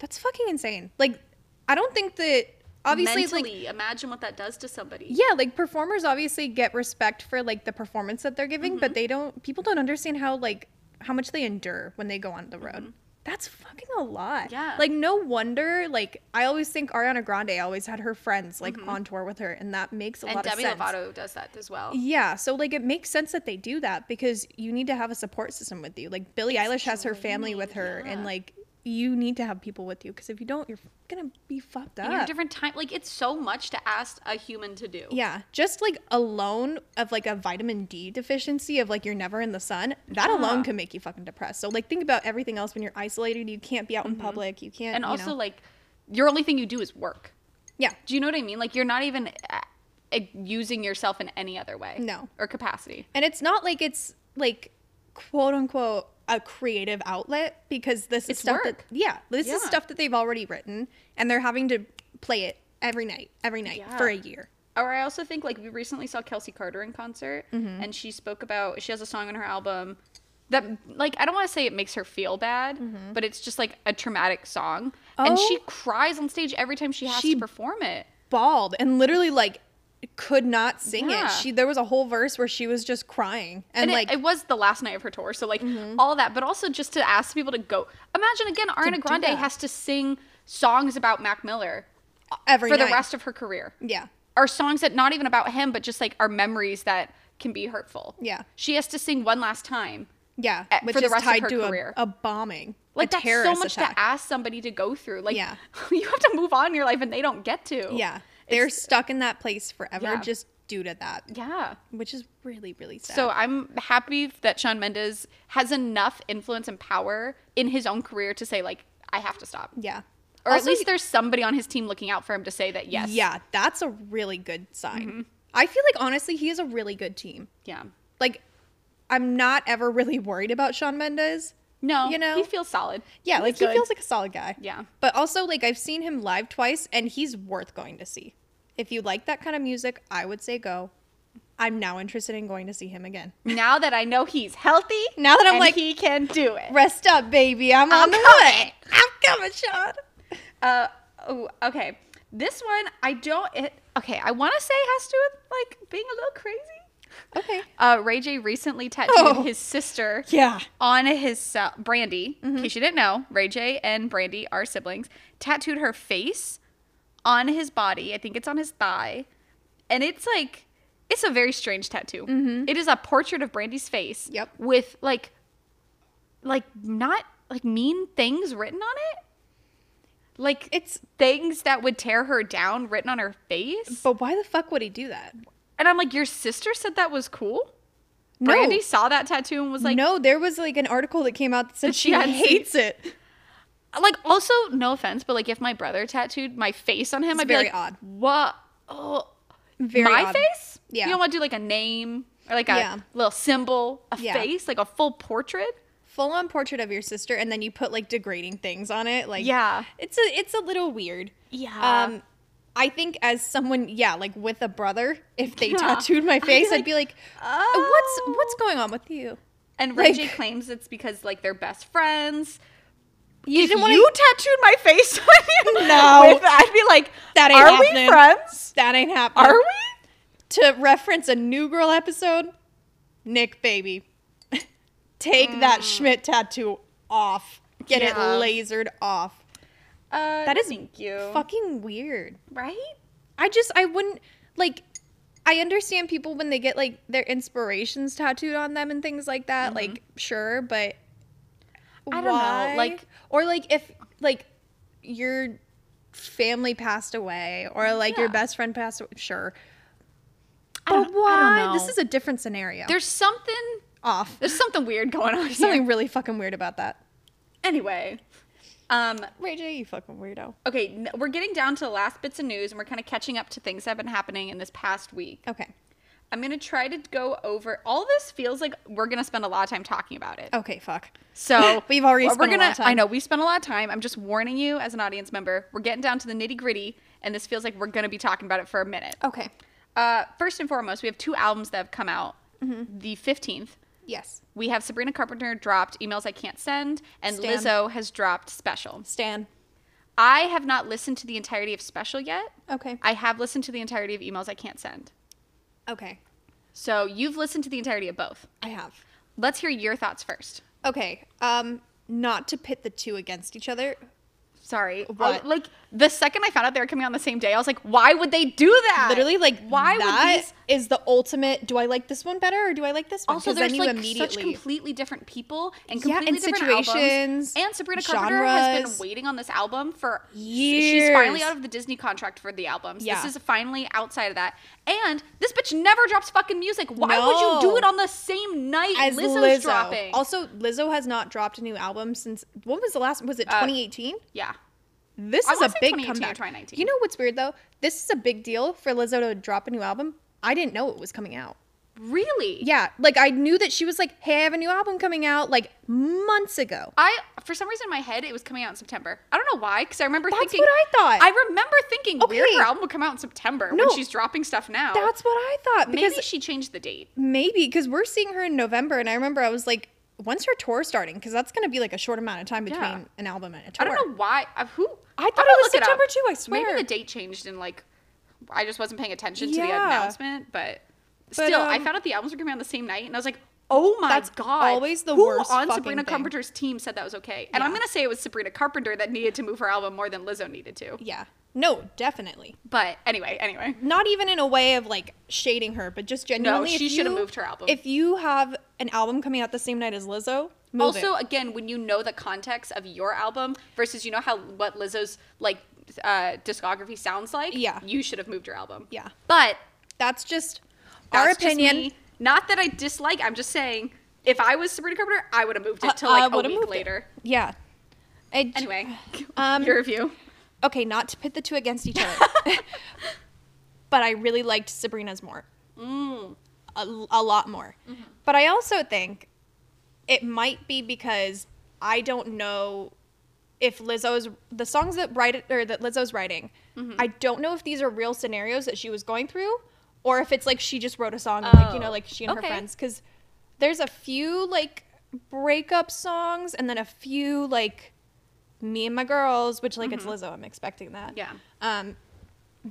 A: That's fucking insane. Like I don't think that obviously like
B: Mentally, imagine what that does to somebody.
A: yeah, like performers obviously get respect for like the performance that they're giving,
B: Mm-hmm.
A: but they don't people don't understand how like how much they endure when they go on the road. That's fucking a lot.
B: Mm-hmm. Yeah.
A: Like no wonder like I always think Ariana Grande always had her friends like on tour with her and that makes a
B: Mm-hmm. And
A: lot
B: Demi
A: of sense.
B: Lovato does that as well.
A: Yeah, so like it makes sense that they do that because you need to have a support system with you. Like Billie Eilish has her family with her,
B: yeah.
A: and like you need to have people with you because if you don't, you're gonna be fucked
B: And you're
A: up.
B: different time. Like it's so much to ask a human to do.
A: Yeah, just like alone of like a vitamin D deficiency of like you're never in the sun, that
B: Yeah.
A: alone can make you fucking depressed. So like think about everything else when you're isolated, you can't be out in public, you can't.
B: Mm-hmm. And
A: you
B: also
A: know.
B: like your only thing you do is work.
A: yeah,
B: Do you know what I mean? Like you're not even uh, uh, using yourself in any other way.
A: No.
B: Or capacity.
A: And it's not like it's like quote unquote a creative outlet because this is
B: It's
A: stuff
B: work.
A: that yeah, this
B: Yeah.
A: is stuff that they've already written and they're having to play it every night, every night for a
B: Yeah.
A: year.
B: Or I also think like we recently saw Kelsey Carter in concert
A: Mm-hmm.
B: and she spoke about she has a song on her album that like I don't want to say it makes her feel bad, but it's just like a traumatic song and she
A: Mm-hmm. Oh.
B: cries on stage every time she has
A: She-
B: to perform it.
A: Bald and literally like could not sing
B: Yeah.
A: it. She there was a whole verse where she was just crying and,
B: and,
A: like Mm-hmm.
B: it, it was the last night of her tour so like all that but also just to ask people to go imagine again ariana
A: do
B: grande
A: that.
B: has to sing songs about mac miller
A: every
B: for
A: night.
B: the rest of her career
A: Yeah.
B: or songs that not even about him but just like are memories that can be hurtful
A: Yeah.
B: she has to sing one last time
A: Yeah,
B: Eh,
A: which
B: for the
A: is
B: rest of
A: tied
B: her
A: to
B: career.
A: a, a bombing,
B: like
A: a
B: that's so
A: terrorist
B: much
A: attack.
B: to ask somebody to go through like
A: Yeah.
B: you have to move on in your life and they don't get to
A: Yeah, they're
B: It's-
A: stuck in that place forever
B: Yeah.
A: just due to that,
B: yeah
A: which is really really sad.
B: So I'm happy that Sean Mendes has enough influence and power in his own career to say like I have to stop.
A: yeah,
B: Or at
A: Also,
B: least there's somebody on his team looking out for him to say that yes. Mm-hmm.
A: Yeah, that's a really good sign. I feel like honestly, he is a really good team.
B: Yeah.
A: Like, I'm not ever really worried about Sean Mendes.
B: No.
A: You know?
B: he feels solid.
A: Yeah,
B: He's
A: like
B: good.
A: he feels like a solid guy.
B: Yeah.
A: But also, like I've seen him live twice, and he's worth going to see. If you like that kind of music, I would say go. I'm now interested in going to see him again.
B: now that I know he's healthy.
A: Now that I'm
B: and
A: like-
B: he can do it.
A: Rest up, baby. I'm on
B: I'm
A: the
B: coming.
A: way. I'm coming, Sean.
B: Uh oh, okay. This one I don't it, okay, I want to say has to do with like being a little crazy.
A: Okay.
B: Uh Ray J recently tattooed
A: Oh.
B: his sister.
A: Yeah.
B: on his cell, Brandy,
A: Mm-hmm.
B: in case you didn't know, Ray J and Brandy are siblings, tattooed her face on his body. I think it's on his thigh. And it's like, it's a very strange tattoo. It is a portrait of Brandy's face.
A: Mm-hmm. Yep.
B: With like, like not like mean things written on it. Like
A: It's.
B: things that would tear her down written on her face.
A: But why the fuck would he do that?
B: And I'm like, your sister said that was cool?
A: No.
B: Brandy saw that tattoo and was like,
A: no, there was like an article that came out that said
B: That she
A: she,
B: hadn't seen.
A: hates it.
B: like also no offense but like if my brother tattooed my face on him
A: It's
B: i'd be
A: very
B: like
A: odd.
B: what oh
A: Very
B: my
A: odd.
B: face
A: Yeah.
B: you don't want to do like a name or like a
A: Yeah.
B: little symbol, a
A: Yeah.
B: face, like a full portrait.
A: Full on portrait of your sister, and then you put like degrading things on it. Like
B: Yeah. Uh.
A: it's a it's a little weird.
B: Yeah.
A: Um, I think as someone, yeah, like with a brother, if they
B: Yeah.
A: tattooed my
B: I'd be
A: face, I'd
B: like,
A: be like, "Uh,
B: "Oh."
A: what's what's going on with you?
B: And
A: Like-
B: Reggie claims it's because like they're best friends.
A: You
B: if
A: didn't wanna-
B: you tattooed my face on you,
A: No.
B: with- I'd be like,
A: That ain't
B: are
A: happening.
B: we friends?
A: That ain't happening.
B: Are we?
A: to reference a New Girl episode, Nick Baby, take that Schmidt tattoo off. Get it
B: Mm. Yeah.
A: lasered off.
B: Uh,
A: That is
B: thank you.
A: Fucking weird.
B: right?
A: I just I wouldn't like. I understand people when they get like their inspirations tattooed on them and things like that. Like sure, but
B: I don't know, like-
A: or like if like your family passed away or like your
B: Yeah.
A: best friend passed away. Sure,
B: I don't- I
A: but
B: don't
A: why? This
B: know.
A: is a different scenario.
B: There's something.
A: off.
B: There's something weird going on.
A: There's
B: here.
A: something really fucking weird about that.
B: Anyway, um,
A: Ray J, you fucking weirdo.
B: okay, n- we're getting down to the last bits of news, and we're kind of catching up to things that have been happening in this past week.
A: Okay.
B: I'm gonna try to go over. All this feels like we're gonna spend a lot of time talking about it.
A: Okay, fuck.
B: So
A: Oh, We've already
B: what we're
A: spent a
B: gonna,
A: lot of time.
B: I know we spent a lot of time. I'm just warning you as an audience member. We're getting down to the nitty gritty, and this feels like we're gonna be talking about it for a minute.
A: Okay.
B: Uh, first and foremost, we have two albums that have come out.
A: Mm-hmm.
B: The 15th,
A: Yes.
B: we have Sabrina Carpenter dropped "Emails I Can't Send," and
A: Stan.
B: Lizzo has dropped "Special."
A: Stan.
B: I have not listened to the entirety of Special yet.
A: Okay.
B: I have listened to the entirety of Emails I Can't Send.
A: Okay.
B: So you've listened to the entirety of both.
A: I have.
B: Let's hear your thoughts first.
A: Okay. Um, not to pit the two against each other.
B: Sorry.
A: What?
B: I- like the second I found out they were coming out on the same day, I was like, why would they do that?
A: Literally, like
B: why
A: why that
B: would these
A: is the ultimate. Do I like this one better or do I like this one?
B: also
A: 'Cause
B: there's
A: then you
B: like such
A: immediately.
B: completely different people and completely
A: Yeah, and
B: different
A: situations,
B: albums. And Sabrina Carpenter has
A: genres.
B: been waiting on this album for She's finally
A: Years.
B: out of the Disney contract for the albums.
A: Yeah.
B: This is finally outside of that. And this bitch never drops fucking music. Why would you do
A: No.
B: it on the same night
A: As
B: Lizzo's
A: Lizzo.
B: dropping?
A: Also, Lizzo has not dropped a new album since. When was the last? Was it
B: Uh,
A: 2018?
B: yeah.
A: This
B: I
A: is
B: wanna
A: a
B: say
A: big
B: 2018 or
A: comeback.
B: 2019.
A: You know what's weird though? This is a big deal for Lizzo to drop a new album. I didn't know it was coming out.
B: Really?
A: Yeah, like I knew that she was like, "Hey, I have a new album coming out," like months ago.
B: I for some reason in my head it was coming out in September. I don't know why, because I remember
A: That's
B: thinking
A: what I thought.
B: I remember thinking weird
A: Okay.
B: her album would come out in September
A: No.
B: when she's dropping stuff now.
A: That's what I thought because
B: Maybe she changed the date.
A: maybe because we're seeing her in November, and I remember I was like, "When's her tour starting?" Because that's gonna be like a short amount of time between
B: Yeah.
A: an album and a
B: I
A: tour.
B: don't know why. uh, who? I'm
A: I thought it
B: gonna
A: was
B: look up.
A: September too, I swear.
B: Maybe the date changed and like I just wasn't paying attention to the
A: Yeah.
B: announcement, but, still, I
A: um,
B: found out the albums were coming out on the same night, and I was like, "Oh my
A: That's
B: god!"
A: always the
B: Who
A: worst
B: on
A: fucking
B: Sabrina
A: thing.
B: Carpenter's team said that was okay, and I'm
A: Yeah.
B: gonna say it was Sabrina Carpenter that needed to move her album more than Lizzo needed to.
A: Yeah, no, definitely
B: But anyway, anyway.
A: not even in a way of like shading her, but just genuinely. if
B: she should've
A: you-
B: moved her album.
A: If you have an album coming out the same night as Lizzo, move
B: also
A: it.
B: again when you know the context of your album versus you know how what lizzo's like uh discography sounds like
A: Yeah.
B: you should have moved your album
A: Yeah.
B: but
A: that's just our
B: that's just
A: opinion.
B: me. not that i dislike i'm just saying if i was sabrina carpenter i would have moved it
A: Uh,
B: till like
A: I
B: a
A: would've
B: week
A: moved it.
B: later
A: Yeah. I-
B: anyway
A: Um,
B: your review
A: okay, not to pit the two against each other, but I really liked Sabrina's more.
B: Mm.
A: A, a lot more.
B: Mm-hmm.
A: But I also think it might be because I don't know if Lizzo's the songs that write or that Lizzo's writing.
B: Mm-hmm.
A: I don't know if these are real scenarios that she was going through, or if it's like she just wrote a song, and like you
B: Oh,
A: know, like she and
B: okay.
A: her friends. Because there's a few like breakup songs, and then a few like me and my girls, which like it's Lizzo. I'm expecting that.
B: Mm-hmm. Yeah.
A: Um,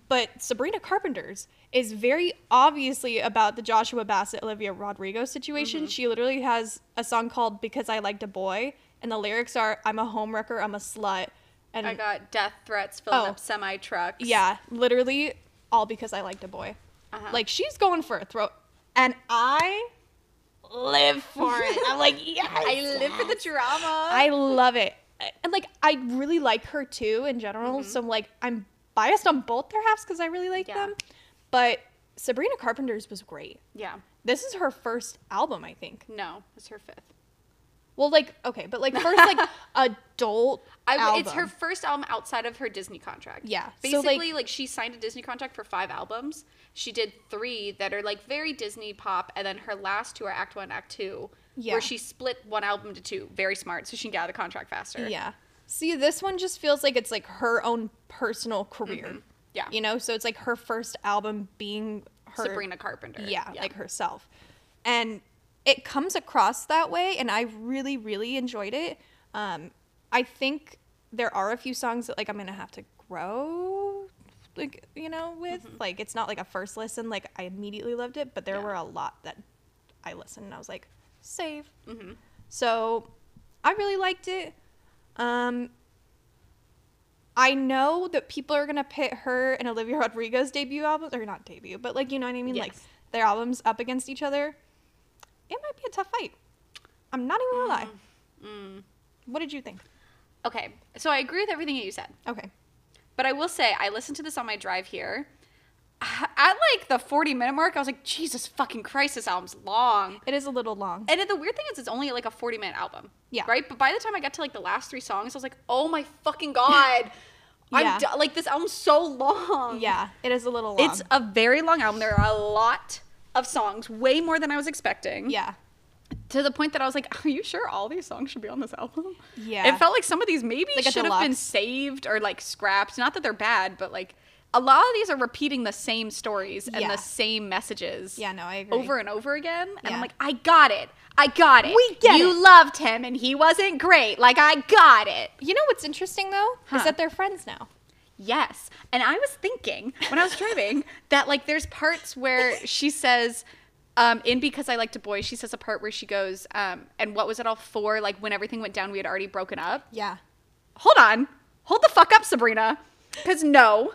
A: but Sabrina Carpenter's is very obviously about the Joshua Bassett Olivia Rodrigo situation.
B: Mm-hmm.
A: She literally has a song called "Because I Liked a Boy," and the lyrics are "I'm a homewrecker, I'm a slut," and
B: i got death threats filling
A: Mm. Oh.
B: up semi trucks
A: yeah, literally all because I liked a boy.
B: Uh-huh.
A: Like she's going for a throat, and I live for it. I'm like, yes,
B: i live for the drama
A: I love it. And like I really like her too in general. So like I'm biased on both their halves because I really like
B: Mm-hmm. Yeah.
A: them. But Sabrina Carpenter's was great.
B: yeah
A: This is her first album, I think.
B: no it's her fifth
A: Well, like okay, but like first like adult.
B: I w It's
A: album.
B: her first album outside of her Disney contract.
A: Yeah, so, like-
B: Basically, like, she signed a Disney contract for five albums. She did three that are like very Disney pop, and then her last two are Act One, Act Two,
A: Yeah.
B: where she split one album to two. Very smart, so she can get out of the contract faster.
A: Yeah. See, this one just feels like it's like her own personal career.
B: Mm-hmm. Yeah.
A: You know, so it's like her first album being her
B: Sabrina Carpenter.
A: Yeah, like herself. And it comes across that way, and I really, really enjoyed it. Um, I think there are a few songs that like I'm gonna have to grow, like you know, with like it's not like a first listen. Like I immediately loved it, but there
B: Mm-hmm. Yeah.
A: were a lot that I listened and I was like, save.
B: Mm-hmm.
A: So I really liked it. Um, I know that people are gonna pit her and Olivia Rodrigo's debut albums, or not debut, but like you know what I mean, like
B: Yes.
A: their albums up against each other. It might be a tough fight. I'm not
B: Mm.
A: even gonna lie. What did you think?
B: Okay, so I agree with everything that you said.
A: Okay.
B: But I will say, I listened to this on my drive here. At like the 40 minute mark, I was like, Jesus fucking Christ, this album's long.
A: It is a little long.
B: And then the weird thing is, it's only like a 40 minute album.
A: Yeah.
B: Right? But by the time I got to like the last three songs, I was like, oh my fucking God.
A: Yeah.
B: I'm do- like, this album's so long.
A: yeah, it is a little long.
B: It's a very long album. There are a lot of songs, way more than I was expecting.
A: yeah.
B: To the point that I was like, are you sure all these songs should be on this album?
A: Yeah.
B: It felt like some of these maybe
A: Like a
B: should have been
A: deluxe.
B: saved or like scrapped. Not that they're bad, but like a lot of these are repeating the same stories and
A: Yeah.
B: the same messages.
A: Yeah, no, I agree.
B: Over and over again. And
A: Yeah.
B: I'm like, I got it. I got it.
A: We get
B: You
A: it."
B: loved him and he wasn't great. Like, I got it.
A: You know what's interesting though
B: Huh.
A: is that they're friends now.
B: Yes. And I was thinking when I was driving that like there's parts where she says um, in because I liked a boy, she says a part where she goes, um, and what was it all for? Like when everything went down, we had already broken up.
A: Yeah.
B: hold on, hold the fuck up, Sabrina. Because no,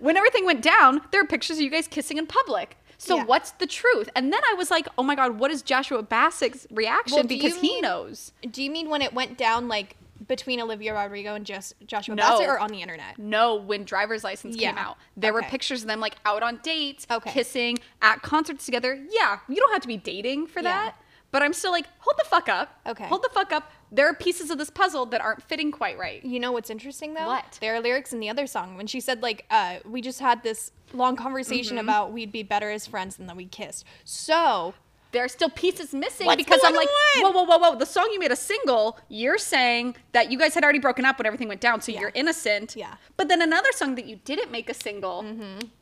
B: when everything went down, there are pictures of you guys kissing in public. So
A: Yeah.
B: what's the truth? And then I was like, oh my god, what is Joshua Bassett's reaction?
A: Well, do
B: because
A: you
B: he
A: mean-
B: knows.
A: Do you mean when it went down like between Olivia Rodrigo and just Joshua
B: No.
A: Bassett or on the internet?
B: No, when driver's license came
A: Yeah.
B: out, there were
A: Okay.
B: pictures of them like out on dates,
A: Okay.
B: kissing, at concerts together. Yeah, you don't have to be dating for
A: Yeah.
B: that. But I'm still like, hold the fuck up.
A: Okay.
B: Hold the fuck up. There are pieces of this puzzle that aren't fitting quite right.
A: You know what's interesting though?
B: What?
A: There are lyrics in the other song when she said like, uh, "We just had this long conversation
B: Mm-hmm.
A: about we'd be better as friends and then we kissed." So
B: there are still pieces missing
A: What's
B: because I'm
A: going
B: like,
A: on?
B: whoa, whoa, whoa, whoa. The song you made a single, you're saying that you guys had already broken up when everything went down, so
A: Yeah.
B: you're innocent.
A: Yeah. Mm-hmm.
B: But then another song that you didn't make a single,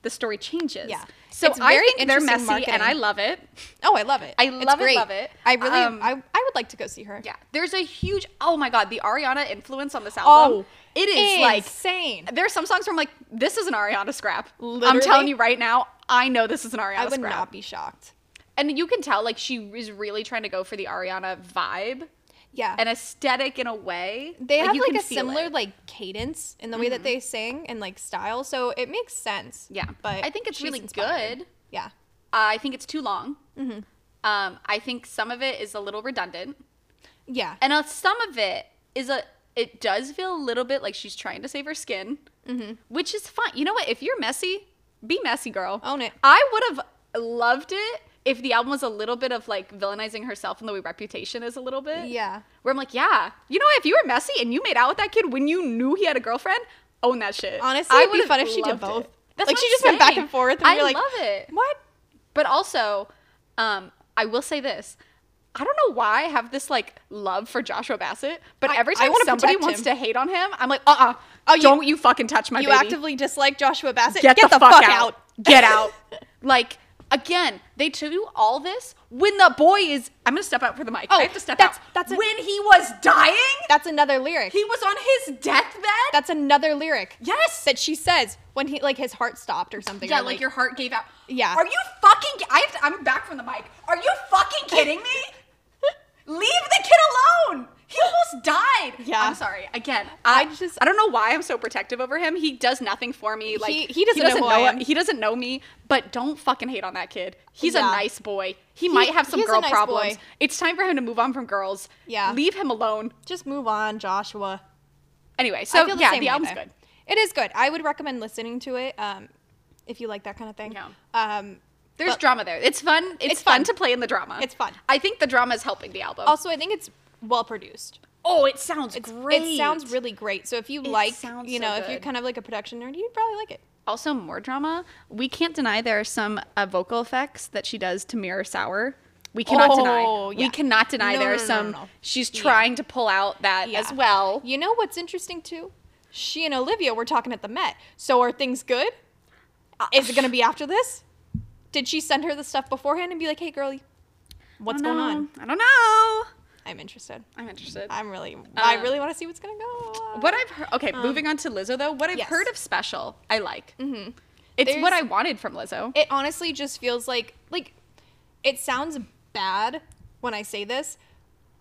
B: the story changes.
A: Yeah.
B: So
A: It's
B: I
A: very
B: think they're messy
A: interesting
B: and I
A: marketing.
B: love it.
A: Oh, I love it.
B: I
A: It's
B: love it,
A: great.
B: love it.
A: I really,
B: Um,
A: I, I would like to go see her.
B: Yeah. There's a huge, oh my God, the Ariana influence on this album.
A: Oh,
B: it is like,
A: insane.
B: there are some songs where I'm like, this is an Ariana scrap. I'm
A: Literally.
B: telling you right now, I know this is an Ariana
A: I would
B: scrap.
A: not be shocked.
B: and you can tell, like, she is really trying to go for the Ariana vibe.
A: Yeah,
B: an aesthetic in a way.
A: they have
B: you
A: like
B: can
A: a
B: feel
A: similar
B: it. Mm-hmm.
A: like cadence in the way that they sing and like style, so it makes sense.
B: Yeah.
A: but
B: I think it's
A: she's
B: really
A: inspired. Mm-hmm.
B: good. Uh,
A: Yeah,
B: I think it's too long. Um, I think some of it is a little redundant,
A: yeah,
B: and uh, some of it is a. It does feel a little bit like she's trying to save her skin,
A: Mm-hmm.
B: which is fine. You know what? If you're messy, be messy, girl.
A: Own it.
B: I would have loved it if the album was a little bit of like villainizing herself in the way Reputation is a little bit.
A: yeah.
B: Where I'm like, yeah, you know, what? if you were messy and you made out with that kid when you knew he had a girlfriend, own that shit.
A: Honestly, it'd be
B: would've
A: fun if she did
B: loved it.
A: both.
B: That's
A: like
B: what
A: she
B: I'm
A: just went back
B: saying.
A: and forth, and
B: I
A: you're like,
B: love it.
A: What?
B: But also, um, I will say this. I don't know why I have this like love for Joshua Bassett, but
A: I-
B: every
A: I
B: time
A: wanna
B: somebody
A: protect
B: wants
A: him.
B: to hate on him, I'm like, uh uh
A: Oh, you-
B: don't you fucking touch my
A: You
B: baby.
A: actively dislike Joshua Bassett?
B: Get, the, fuck, out. Get out. like, again, they do all this when the boy is. I'm gonna step out for the mic.
A: Oh,
B: I have to step
A: that's-
B: out.
A: that's a-
B: when he was dying.
A: That's another lyric.
B: He was on his deathbed.
A: That's another lyric.
B: yes.
A: That she says when he like his heart stopped or something.
B: yeah,
A: or,
B: like, your heart gave out.
A: Yeah.
B: Are you fucking? ki- I have to, I'm back from the mic. Are you fucking kidding me? Leave the kid alone. He almost died.
A: Yeah.
B: I'm sorry. Again, I,
A: I just-
B: just I don't know why I'm so protective over him. He does nothing for me. Like
A: He- he doesn't know who I am.
B: he doesn't know me. But don't fucking hate on that kid. He's
A: Yeah.
B: a nice boy. He, might have some
A: he's a
B: girl
A: nice
B: problems.
A: boy.
B: It's time for him to move on from girls.
A: Yeah.
B: Leave him alone.
A: Just move on, Joshua.
B: Anyway, so
A: I feel the
B: yeah,
A: same
B: the
A: way,
B: album's
A: though.
B: good.
A: It is good. I would recommend listening to it um, if you like that kind of thing.
B: Yeah.
A: Um,
B: There's
A: But-
B: drama there. It's fun. It's,
A: It's
B: fun.
A: fun.
B: to play in the drama.
A: It's fun.
B: I think the drama is helping the album.
A: also, I think it's well produced.
B: Oh, it sounds
A: It's,
B: great.
A: It sounds really great. So if you
B: It
A: like,
B: sounds
A: you
B: so
A: know, if you're
B: good.
A: kind of like a production nerd, you'd probably like it.
B: also more drama. We can't deny there are some uh, vocal effects that she does to mirror Sour. We cannot
A: Oh,
B: deny.
A: yeah.
B: We cannot deny
A: No,
B: there
A: no,
B: are
A: no, no,
B: some.
A: no.
B: She's trying to pull out that
A: Yeah.
B: as well.
A: You know what's interesting too? She and Olivia were talking at the Met. So are things good?
B: Uh,
A: Is it going to be after this? Did she send her the stuff beforehand and be like, "Hey, girlie, what's
B: I don't
A: going on?"
B: know. I don't know.
A: I'm interested.
B: I'm interested.
A: I'm really, I
B: Um,
A: really want to see what's going to go. on.
B: what I've heard. Okay, moving on to Lizzo though. What I've
A: yes.
B: heard of Special, I like. Mm-hmm. It's what I
A: There's-
B: wanted from Lizzo.
A: it honestly just feels like like it sounds bad when I say this,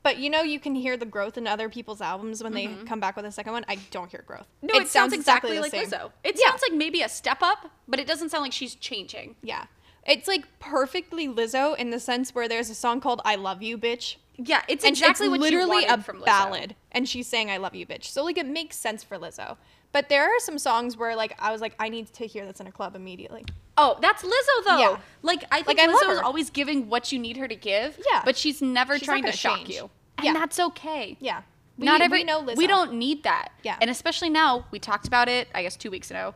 A: but you know you can hear the growth in other people's albums when they come back with a second one. I don't hear growth.
B: Mm-hmm. no, it, sounds, exactly, like
A: the same.
B: Lizzo. It
A: Yeah.
B: sounds like maybe a step up, but it doesn't sound like she's changing.
A: Yeah. It's like perfectly Lizzo in the sense where there's a song called I Love You Bitch.
B: Yeah, it's
A: And
B: exactly
A: it's
B: what
A: literally
B: you
A: a
B: wanted from Lizzo.
A: ballad. And she's saying I love you bitch. So like it makes sense for Lizzo. But there are some songs where like I was like, I need to hear this in a club immediately.
B: Oh, that's Lizzo though.
A: Yeah.
B: Like I think
A: Like, I love
B: Lizzo is
A: her.
B: always giving what you need her to give.
A: Yeah.
B: But she's never
A: She's not
B: trying to
A: gonna
B: shock
A: change.
B: you. And
A: Yeah.
B: that's okay.
A: Yeah. We,
B: Not every
A: we know Lizzo.
B: We don't need that.
A: Yeah.
B: And especially now, we talked about it, I guess two weeks ago.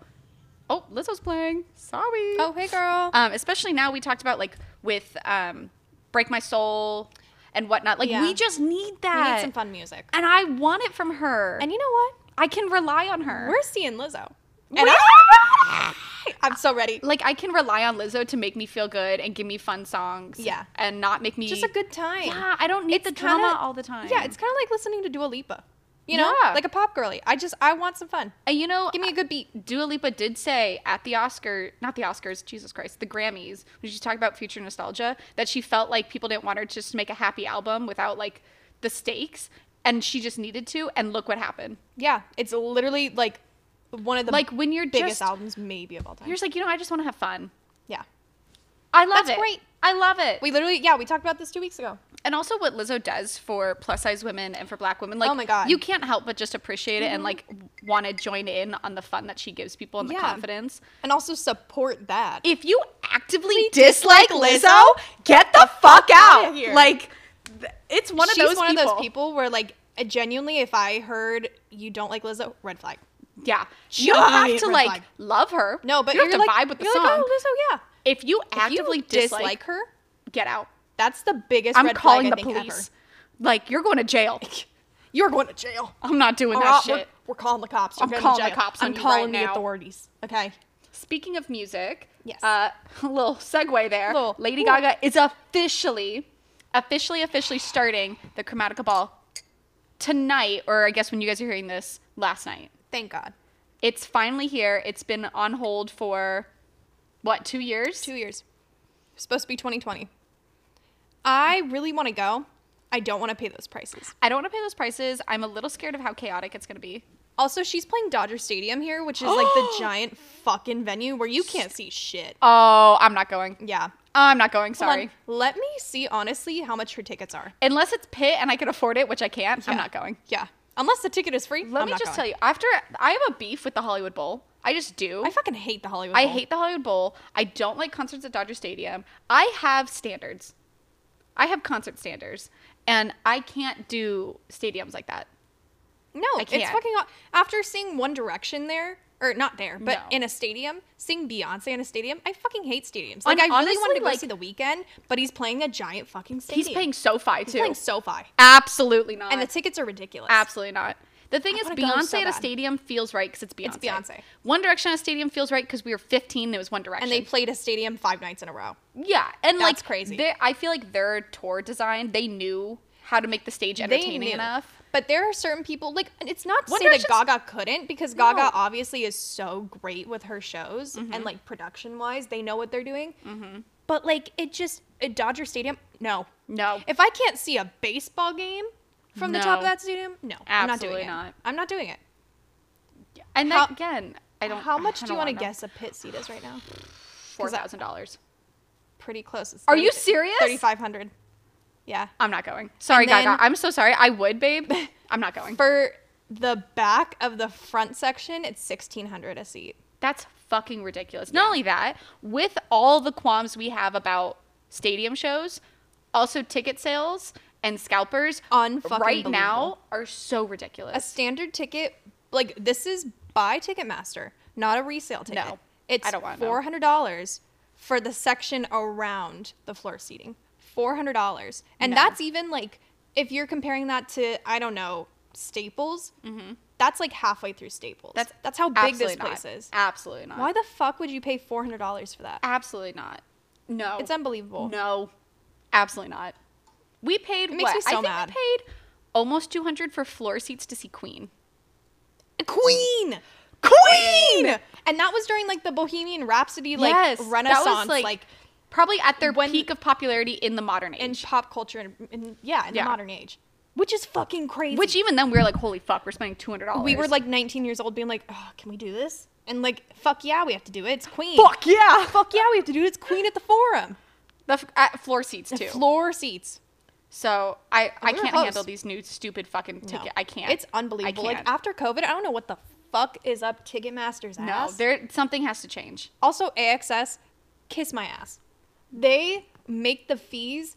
B: Oh, Lizzo's playing. Sorry.
A: Oh hey girl.
B: Um, especially now we talked about like with um Break My Soul and whatnot. Like
A: Yeah.
B: we just need
A: we
B: that.
A: need some fun music.
B: And I want it from her.
A: And you know what?
B: I can rely on her.
A: We're seeing Lizzo.
B: We
A: And
B: are.
A: I'm so ready.
B: like I can rely on Lizzo to make me feel good and give me fun songs.
A: Yeah.
B: And not make me
A: Just a good time.
B: Yeah, I don't need
A: It's
B: the
A: kinda-
B: drama all the time.
A: Yeah, it's kind of like listening to Dua Lipa. You know,
B: Yeah.
A: like a pop girly. I just I want some fun.
B: and you know
A: Give me a good beat.
B: Dua Lipa did say at the Oscar, not the Oscars, Jesus Christ, the Grammys, when she talked about future nostalgia, that she felt like people didn't want her just to make a happy album without like the stakes, and she just needed to. And look what happened.
A: Yeah, it's literally like one of the
B: like when you're
A: biggest
B: just,
A: albums maybe of all time.
B: you're just like, you know, I just want to have fun.
A: yeah,
B: I love
A: That's
B: it.
A: great.
B: I love it.
A: we literally yeah we talked about this two weeks ago.
B: and also what Lizzo does for plus size women and for black women. Like,
A: Oh my God. Mm-hmm.
B: you can't help but just appreciate it and like want to join in on the fun that she gives people and the
A: Yeah.
B: confidence.
A: And also support that.
B: If you actively dislike Lizzo, get the fuck
A: outta
B: out.
A: here.
B: Like, th- it's one of
A: She's
B: those
A: one
B: people.
A: of those people where like uh, genuinely, if I heard you don't like Lizzo, red flag.
B: Yeah, you don't have
A: Giant
B: to
A: red
B: like
A: flag.
B: love her.
A: No, but
B: you
A: are
B: don't have to
A: like,
B: vibe with the
A: you're
B: song.
A: Like, oh, Lizzo, yeah.
B: if you
A: If you
B: actively
A: dislike,
B: dislike her,
A: her,
B: get out.
A: that's the biggest.
B: I'm
A: red
B: calling
A: flag,
B: the
A: I think, ever.
B: police. Like, you're going to jail.
A: You're going to jail.
B: I'm not doing
A: Or
B: that
A: I'll-
B: shit.
A: We're, we're calling the cops. You're
B: I'm
A: going to
B: calling the
A: jail.
B: cops on
A: I'm
B: you
A: calling
B: right
A: the
B: now.
A: authorities. Okay.
B: Speaking of music,
A: Yes.
B: uh, a little segue there.
A: Little-
B: Lady
A: Ooh.
B: Gaga is officially, officially, officially starting the Chromatica Ball tonight, or I guess when you guys are hearing this, last night.
A: Thank God.
B: It's finally here. It's been on hold for what two years?
A: Two years. Supposed to be 2020. I really want to go. I don't want to pay those prices.
B: I don't want to pay those prices. I'm a little scared of how chaotic it's going to be.
A: Also, she's playing Dodger Stadium here, which is like the giant fucking venue where you can't see shit.
B: Oh, I'm not going.
A: Yeah.
B: I'm not going.
A: Hold on.
B: Sorry.
A: Let me see honestly how much her tickets are.
B: Unless it's pit and I can afford it, which I can't. I'm
A: Yeah.
B: not going.
A: Yeah. Unless the ticket is free.
B: Let me just tell you. After I have a beef with the Hollywood Bowl. I just do.
A: I fucking hate the Hollywood.
B: I
A: Bowl.
B: hate the Hollywood Bowl. I don't like concerts at Dodger Stadium. I have standards. I have concert standards, and I can't do stadiums like that.
A: No,
B: I
A: it's
B: can't.
A: fucking aw- after seeing One Direction there or not there, but
B: No.
A: in a stadium, seeing Beyonce in a stadium, I fucking hate stadiums.
B: And
A: Like I really
B: honestly,
A: wanted to go
B: like-
A: see The Weekend, but he's playing a giant fucking stadium.
B: He's playing SoFi
A: He's
B: too.
A: playing SoFi,
B: Absolutely not.
A: and the tickets are ridiculous.
B: Absolutely not. The thing is,
A: wanna go
B: Beyonce
A: so
B: at a
A: bad.
B: stadium feels right because it's Beyonce.
A: It's Beyonce.
B: One Direction at a stadium feels right because we were 15 and it was One Direction.
A: And they played a stadium five nights in a row.
B: yeah, and
A: That's
B: like
A: crazy.
B: they- I feel like their tour design, they knew how to make the stage
A: They
B: entertaining
A: knew.
B: enough.
A: But there are certain people like and it's not to
B: One
A: say that
B: Direction's-
A: Gaga couldn't because
B: No. Mm-hmm.
A: Gaga obviously is so great with her shows and like production wise, they know what they're doing. But like it just at Dodger Stadium, no,
B: No,
A: If I can't see a baseball game from the top of
B: No.
A: that stadium, no,
B: Absolutely
A: I'm not doing it.
B: not.
A: I'm not doing it.
B: and
A: how-
B: that, again, I don't.
A: How much
B: I
A: do you
B: don't
A: want to
B: wanna know.
A: guess a pit seat is right now?
B: Four thousand dollars.
A: Pretty close. It's
B: Are you serious?
A: Thirty-five hundred. Yeah.
B: I'm not going. Sorry,
A: And then-
B: Gaga. I'm so sorry. I would, babe. I'm not going.
A: For the back of the front section, it's sixteen hundred a seat.
B: That's fucking ridiculous. Not only that, with all the qualms we have about stadium shows, also ticket sales and scalpers
A: Unfucking
B: right now
A: believable.
B: are so
A: A
B: ridiculous.
A: standard ticket, like this is by Ticketmaster, not a resale ticket.
B: No,
A: it's
B: I don't want no.
A: four hundred dollars for the section around the floor seating. Four hundred dollars, and
B: No.
A: that's even like if you're comparing that to I don't know Staples. That's like halfway through Staples. That's that's how big
B: Mm-hmm. Absolutely
A: this
B: not.
A: place is.
B: Absolutely not.
A: Why the fuck would you pay four hundred dollars for that?
B: Absolutely not. No.
A: It's unbelievable.
B: No, absolutely not. We paid.
A: makes
B: what?
A: me so
B: I think
A: mad.
B: we paid almost two hundred for floor seats to see Queen.
A: Queen. Queen. And that was during like the Bohemian Rhapsody like
B: yes,
A: renaissance
B: that was like,
A: like
B: probably at their
A: when-
B: peak of popularity in the modern age.
A: in pop culture and, and yeah, in
B: Yeah.
A: the modern age, which is fucking crazy.
B: which even then we were like, holy fuck, we're spending two hundred dollars.
A: we were like 19 years old, being like, oh, can we do this? And like, fuck yeah, we have to do it. It's Queen.
B: fuck yeah,
A: fuck yeah, we have to do it. It's Queen at the Forum.
B: the f- at floor seats too.
A: Floor seats.
B: so I I
A: we were
B: can't
A: close.
B: handle these new stupid fucking
A: No,
B: ticket. I can't.
A: It's unbelievable.
B: I
A: Like
B: can't.
A: after COVID, I don't know what the fuck is up Ticketmaster's
B: no,
A: ass.
B: there something has to change.
A: Also, AXS, kiss my ass. They make the fees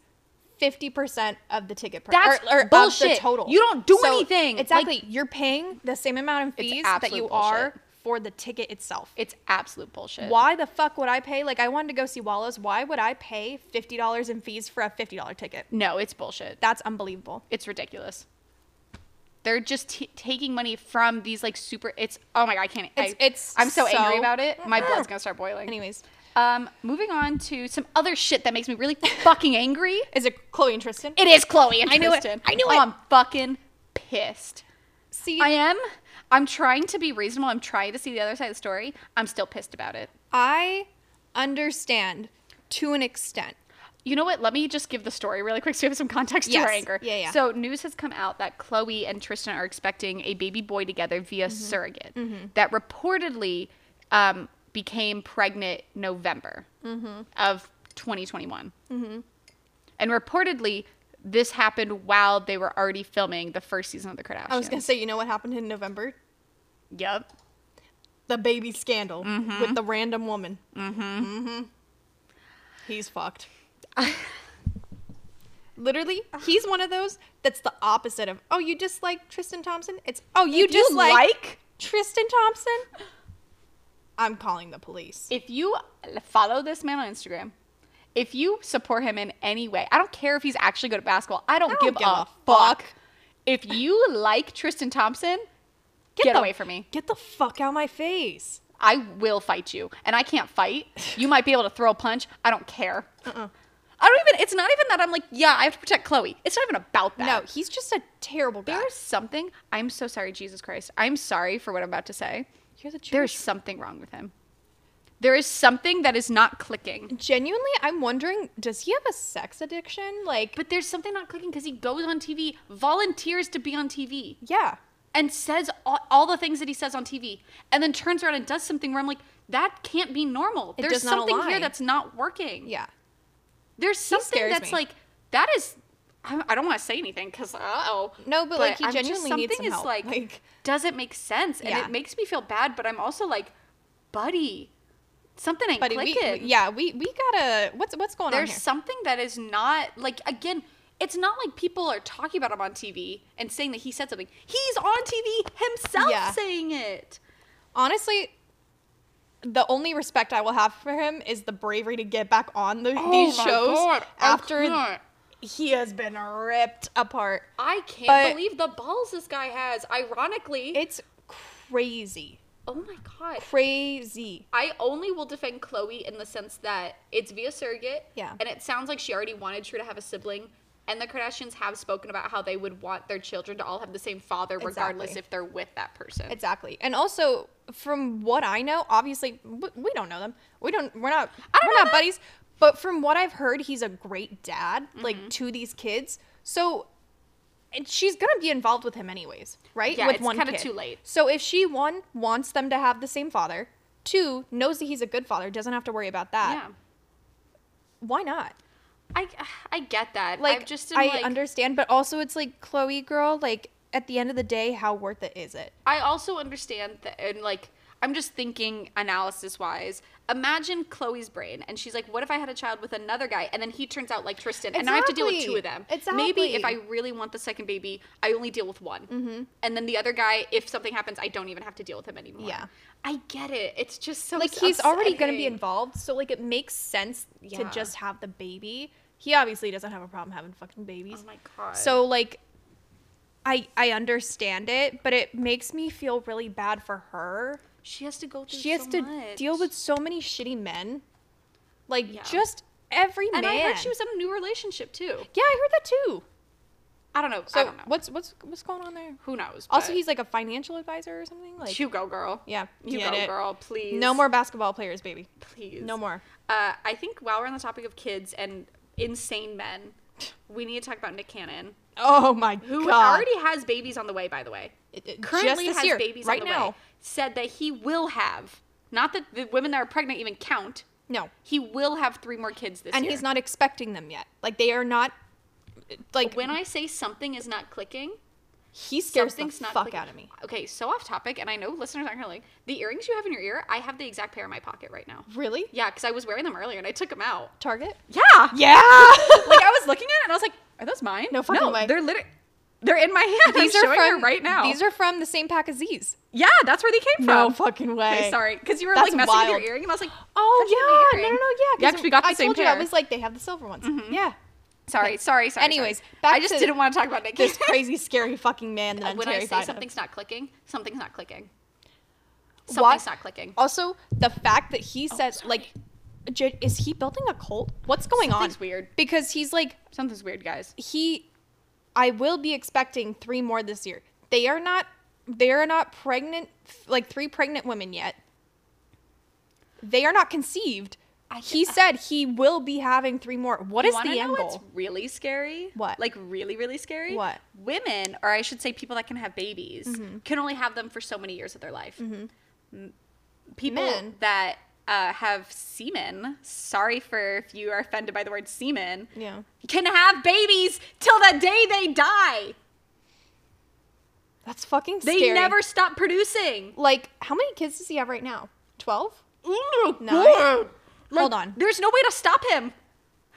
A: 50% of the ticket price.
B: That's
A: or, or Of
B: bullshit.
A: the total.
B: You don't do anything. Like-
A: Exactly. You're paying the same amount in fees that
B: absolute
A: you are
B: bullshit.
A: for the ticket itself.
B: It's absolute bullshit.
A: Why the fuck would I pay? Like, I wanted to go see Wallace. Why would I pay $50 in fees for a $50 ticket?
B: No, it's bullshit.
A: That's unbelievable.
B: It's ridiculous. They're just t- taking money from these like super. It's oh my god, I can't.
A: It's-
B: I,
A: it's
B: I'm so,
A: so-
B: angry about it. My blood's gonna start boiling.
A: Anyways,
B: um, moving on to some other shit that makes me really fucking angry.
A: is it Chloe and Tristan?
B: It is Chloe and
A: I knew it.
B: Tristan.
A: I knew
B: Oh,
A: it.
B: I'm fucking pissed.
A: see,
B: I am. I'm trying to be reasonable. I'm trying to see the other side of the story. I'm still pissed about it.
A: I understand to an extent.
B: You know what? Let me just give the story really quick so you have some context to
A: Yes.
B: our anger.
A: Yeah, yeah.
B: So news has come out that Chloe and Tristan are expecting a baby boy together via
A: Mm-hmm.
B: surrogate that reportedly um, became pregnant November
A: Mm-hmm.
B: of 2021. And reportedly, this happened while they were already filming the first season of The Kardashians.
A: I was going to say, you know what happened in November?
B: Yep.
A: the baby scandal with the random woman. Mm-hmm. He's fucked. Literally, he's one of those that's the opposite of, oh, you just like Tristan Thompson? It's, oh, you
B: If you
A: just like,
B: like-
A: Tristan Thompson? I'm calling the police.
B: If you follow this man on Instagram, if you support him in any way, I don't care if he's actually good at basketball. I don't, give, a, fuck. If you like Tristan Thompson, get,
A: the-
B: away from me.
A: Get the fuck out of my face.
B: I will fight you. And I can't fight. You might be able to throw a punch. I don't care. I don't even, it's not even that I'm like, yeah, I have to protect Chloe. It's not even about that.
A: No, he's just a terrible guy.
B: There's something, I'm so sorry, Jesus Christ. I'm sorry for what I'm about to say.
A: You're the
B: There's
A: Jewish.
B: something wrong with him. There is something that is not clicking.
A: Genuinely, I'm wondering, does he have a sex addiction? Like,
B: But there's something not clicking because he goes on TV, volunteers to be on TV,
A: yeah.
B: and says all, all the things that he says on TV, and then turns around and does something where I'm like, that can't be normal.
A: It
B: there's
A: does not
B: something here
A: align."
B: that's not working.
A: Yeah.
B: There's something
A: scares
B: that's
A: me.
B: like, that is, I, I don't want to say anything because, uh oh.
A: No, but, like, he
B: I'm just-
A: genuinely needs some
B: Something is
A: help.
B: like,
A: Like-
B: doesn't make sense, and
A: Yeah.
B: it makes me feel bad, but I'm also like, buddy, something ain't
A: Buddy, we,
B: clicking.
A: we- yeah, we we gotta. What's what's going
B: there's
A: on here?
B: something that is not like again it's not like people are talking about him on tv and saying that he said something he's on tv himself
A: Yeah.
B: saying it
A: Honestly, the only respect I will have for him is the bravery to get back on the, these
B: Oh my
A: shows
B: God, I
A: after
B: can't.
A: he has been ripped apart.
B: i can't
A: But-
B: believe the balls this guy has ironically
A: It's crazy,
B: oh my god
A: crazy.
B: I only will defend Chloe in the sense that it's via surrogate.
A: Yeah.
B: And it sounds like she already wanted True to have a sibling. And the Kardashians have spoken about how they would want their children to all have the same father, regardless
A: Exactly.
B: if they're with that person.
A: Exactly, and also from what I know, obviously w- we don't know them. We don't. We're not.
B: don't
A: we're
B: know
A: not
B: them.
A: buddies. But from what I've heard, he's a great dad,
B: Mm-hmm.
A: like to these kids. So, and she's gonna be involved with him anyways, right?
B: Yeah,
A: with
B: it's kinda
A: kid.
B: too late.
A: So if she one wants them to have the same father, two knows that he's a good father, doesn't have to worry about that.
B: yeah.
A: Why not?
B: I, I get that.
A: Like,
B: I just am
A: I
B: like,
A: understand, but also it's like Chloe, girl, like at the end of the day, how worth it is it?
B: I also understand that, and like, I'm just thinking analysis wise. Imagine Chloe's brain, and she's like, "What if I had a child with another guy, and then he turns out like Tristan, and now I have to deal with two of them?
A: Exactly.
B: Maybe
A: Exactly. Mm-hmm.
B: if I really want the second baby, I only deal with one, and then the other guy, if something happens, I don't even have to deal with him anymore.
A: Yeah.
B: I get it. It's just so
A: Like he's already going to be
B: upsetting.
A: involved, so like it makes sense to
B: Yeah.
A: just have the baby. He obviously doesn't have a problem having fucking babies.
B: Oh my god.
A: So like I I understand it, but it makes me feel really bad for her.
B: she has to go through.
A: She has
B: so
A: to
B: much.
A: deal with so many shitty men. Like
B: Yeah.
A: just every
B: And
A: man.
B: I heard she was in a new relationship too.
A: Yeah, I heard that too.
B: I don't know.
A: So
B: I don't know.
A: what's what's what's going on there?
B: Who knows?
A: Also,
B: but-
A: he's like a financial advisor or something. Like
B: you go, girl.
A: yeah,
B: You
A: get
B: go,
A: it.
B: girl. Please.
A: No more basketball players, baby.
B: Please.
A: No more.
B: Uh, I think while we're on the topic of kids and insane men, we need to talk about Nick Cannon,
A: Oh my
B: who
A: god.
B: already has babies on the way. By the way,
A: It- it-
B: currently
A: just this
B: has
A: year,
B: babies
A: right
B: on the
A: now.
B: way. Said that he will have. Not that the women that are pregnant even count.
A: No.
B: He will have three more kids this
A: And
B: year.
A: he's not expecting them yet. Like they are not. Like
B: When I say something is not clicking,
A: he scares the
B: something's not
A: fuck
B: clicking.
A: out of me.
B: Okay, so off topic, and I know listeners aren't gonna like the earrings you have in your ear. I have the exact pair in my pocket right now.
A: Really?
B: Yeah, because I was wearing them earlier and I took them out.
A: Target?
B: Yeah.
A: Yeah.
B: Like I was looking at it and I was like, are those mine?
A: No fucking way.
B: They're literally they're in my hand. These I'm are showing her right now.
A: These are from the same pack as these.
B: yeah, that's where they came from.
A: fucking way.
B: Okay, sorry, because you were
A: That's
B: like messing with
A: wild.
B: your earring, and I was like,
A: Oh
B: "How'd you
A: yeah.
B: get my
A: No, no, no.
B: earring?"
A: Yeah.
B: Yeah,
A: 'cause
B: because we got
A: I
B: the same
A: told
B: pair.
A: you. I was like, they have the silver ones. Yeah.
B: sorry, sorry, sorry.
A: Anyways,
B: sorry.
A: back
B: I just
A: to
B: didn't want to talk about Nick.
A: This crazy, scary fucking man that I'm
B: when I
A: terrified
B: say
A: of.
B: something's not clicking, something's not clicking.
A: What?
B: Something's not clicking.
A: Also, the fact that he says
B: Oh, sorry.
A: like, J- is he building a cult? What's going on?
B: Something's weird.
A: Because he's like,
B: Something's weird, guys.
A: he i will be expecting three more this year they are not they are not pregnant like three pregnant women yet they are not conceived he said he will be having three more what
B: You
A: is
B: wanna
A: the end
B: know
A: goal
B: what's really scary?
A: What?
B: Like really, really scary?
A: What? Mm-hmm.
B: Women, or I should say people that can have babies, can only have them for so many years of their life. M- People
A: Men.
B: that uh, have semen, sorry for if you are offended by the word semen,
A: yeah
B: can have babies till the day they die.
A: that's fucking
B: They
A: scary
B: never stop producing.
A: like how many kids does he have right now 12
B: Oh,
A: No.
B: God.
A: Hold
B: Like,
A: on.
B: There's no way to stop him.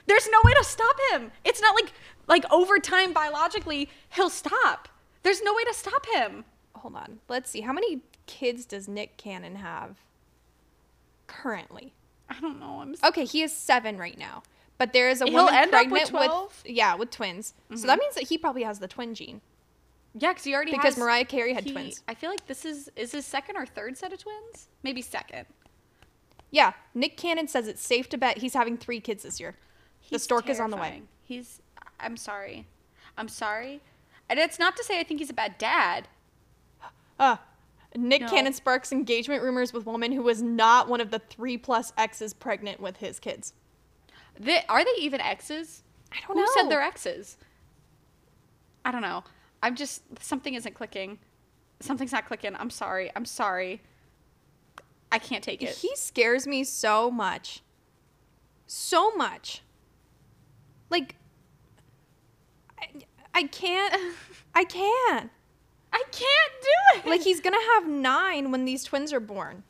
B: There's no way to stop him. It's not like like over time biologically he'll stop. There's no way to stop him.
A: hold on let's see how many kids does nick cannon have currently
B: I don't know. I'm so
A: Okay, he is seven right now. But there is a
B: He'll
A: woman
B: end up with Mm-hmm.
A: pregnant with,
B: 12?
A: yeah with twins. So that means that he probably has the twin gene
B: yeah, because he already
A: because
B: has-
A: Mariah Carey had
B: he-
A: twins.
B: I feel like this is is his second or third set of twins. Maybe second.
A: Yeah, Nick Cannon says it's safe to bet he's having three kids this year. the
B: He's
A: stork is on the way.
B: terrifying. He's. I'm sorry. I'm sorry. And it's not to say I think he's a bad dad.
A: Uh, Nick
B: No.
A: Cannon sparks engagement rumors with woman who was not one of the three plus exes pregnant with his kids.
B: They, are they even exes? I
A: don't
B: Who
A: know.
B: said they're exes? I don't know. I'm just something isn't clicking. Something's not clicking. I'm sorry. I'm sorry. I can't take it.
A: He scares me so much. So much. Like, I, I can't. I can't.
B: I can't do it.
A: like he's gonna have nine when these twins are born.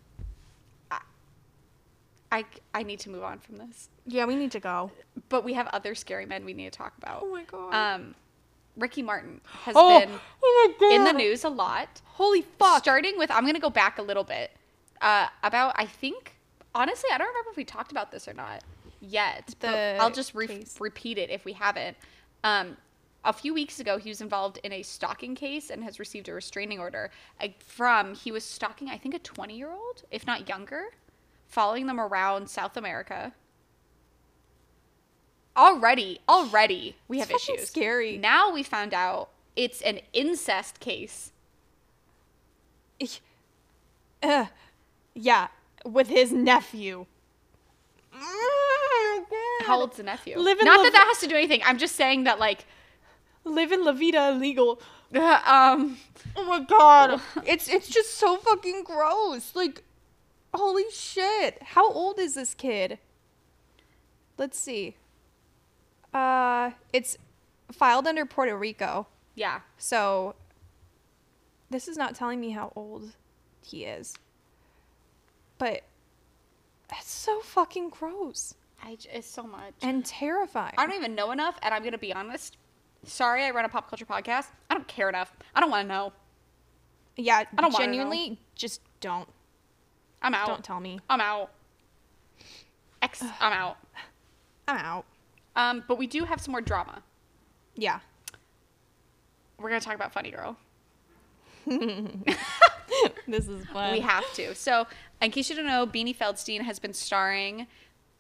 B: I I need to move on from this.
A: Yeah, we need to go.
B: But we have other scary men we need to talk about.
A: Oh my God.
B: Um, Ricky Martin has been
A: oh my
B: in the news a lot.
A: Holy fuck!
B: Starting with, I'm going to go back a little bit uh, about, I think, honestly, I don't remember if we talked about this or not yet.
A: The
B: but I'll just re-
A: case.
B: repeat it if we haven't. Um, a few weeks ago, he was involved in a stalking case and has received a restraining order uh, from, he was stalking, I think, a 20 year old, if not younger, following them around South America. Already, already, we
A: It's
B: have
A: fucking
B: issues.
A: scary.
B: Now we found out it's an incest case.
A: Ich- Ugh. yeah, with his nephew. Oh
B: How old's the nephew?
A: Live and
B: Not
A: love-
B: that that has to do anything. I'm just saying that like,
A: Living La Vida illegal.
B: um,
A: Oh my god! it's it's just so fucking gross. Like, holy shit! How old is this kid? Let's see. Uh, it's filed under Puerto Rico.
B: yeah,
A: So This is not telling me how old he is. But that's so fucking gross
B: I j- it's so much.
A: and terrifying.
B: I don't even know enough, and I'm gonna be honest. Sorry, I run a pop culture podcast. I don't care enough. I don't want to know.
A: yeah, I
B: don't
A: don't
B: wanna know.
A: genuinely just don't.
B: I'm out.
A: Don't tell me.
B: I'm out. X. I'm out.
A: I'm out.
B: Um, but we do have some more drama.
A: Yeah.
B: We're gonna talk about Funny Girl.
A: this is fun.
B: We have to. So, in case you don't know, Beanie Feldstein has been starring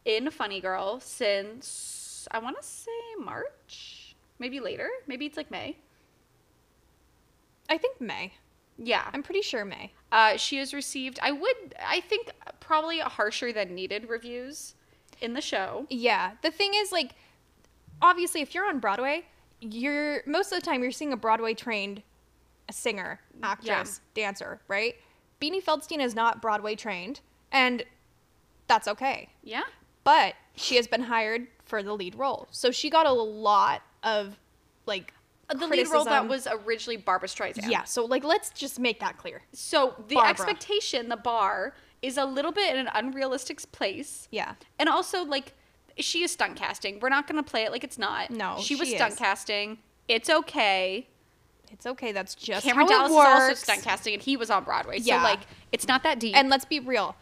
B: in Funny Girl since I want to say March, maybe later, maybe it's like May.
A: I think May.
B: Yeah,
A: I'm pretty sure May.
B: uh, she has received. I would, I think, probably harsher than needed reviews in the show.
A: Yeah. The thing is, like, obviously, if you're on Broadway, you're most of the time you're seeing a Broadway trained singer, actress, dancer, right? Beanie Feldstein is not Broadway trained, and that's okay.
B: Yeah,
A: But she has been hired for the lead role, so she got a lot of like
B: Uh, the lead role that
A: criticism.
B: was originally Barbara Streisand.
A: yeah. So like, let's just make that clear.
B: So the
A: Barbara.
B: expectation, the bar, is a little bit in an unrealistic place.
A: Yeah.
B: And also, like, she is stunt casting. We're not going to play it like it's not.
A: No,
B: She was
A: she
B: stunt
A: is.
B: casting. It's okay.
A: It's okay. That's just
B: Cameron
A: how
B: Dallas
A: it
B: is also
A: works.
B: stunt casting, and he was on Broadway. So,
A: Yeah.
B: like, it's not that deep.
A: And let's be real,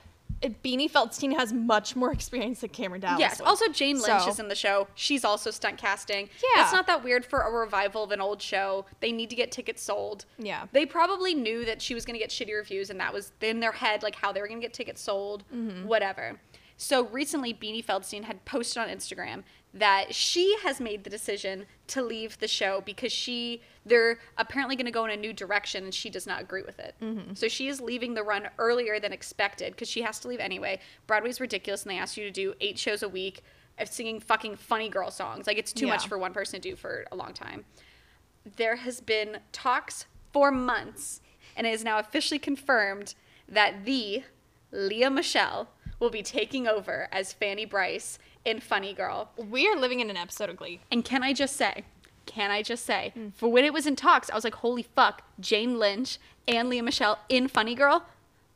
A: Beanie Feldstein has much more experience than Cameron Dallas.
B: yes.
A: would.
B: Also, Jane Lynch
A: So-
B: is in the show. She's also stunt casting.
A: Yeah.
B: It's not that weird for a revival of an old show. They need to get tickets sold.
A: Yeah.
B: They probably knew that she was going to get shitty reviews, and that was in their head, like how they were going to get tickets sold, whatever. So recently, Beanie Feldstein had posted on Instagram that she has made the decision to leave the show because she they're apparently going to go in a new direction, and she does not agree with it. So she is leaving the run earlier than expected because she has to leave anyway. Broadway's ridiculous, and they ask you to do eight shows a week of singing fucking funny girl songs. Like it's too much
A: Yeah.
B: for one person to do for a long time there has been talks for months, and it is now officially confirmed that the Leah Michelle will be taking over as Fanny Bryce in Funny Girl.
A: We are living in an episode of Glee.
B: And can I just say, can I just say, for when it was in talks, I was like, holy fuck, Jane Lynch and Leah Michelle in Funny Girl?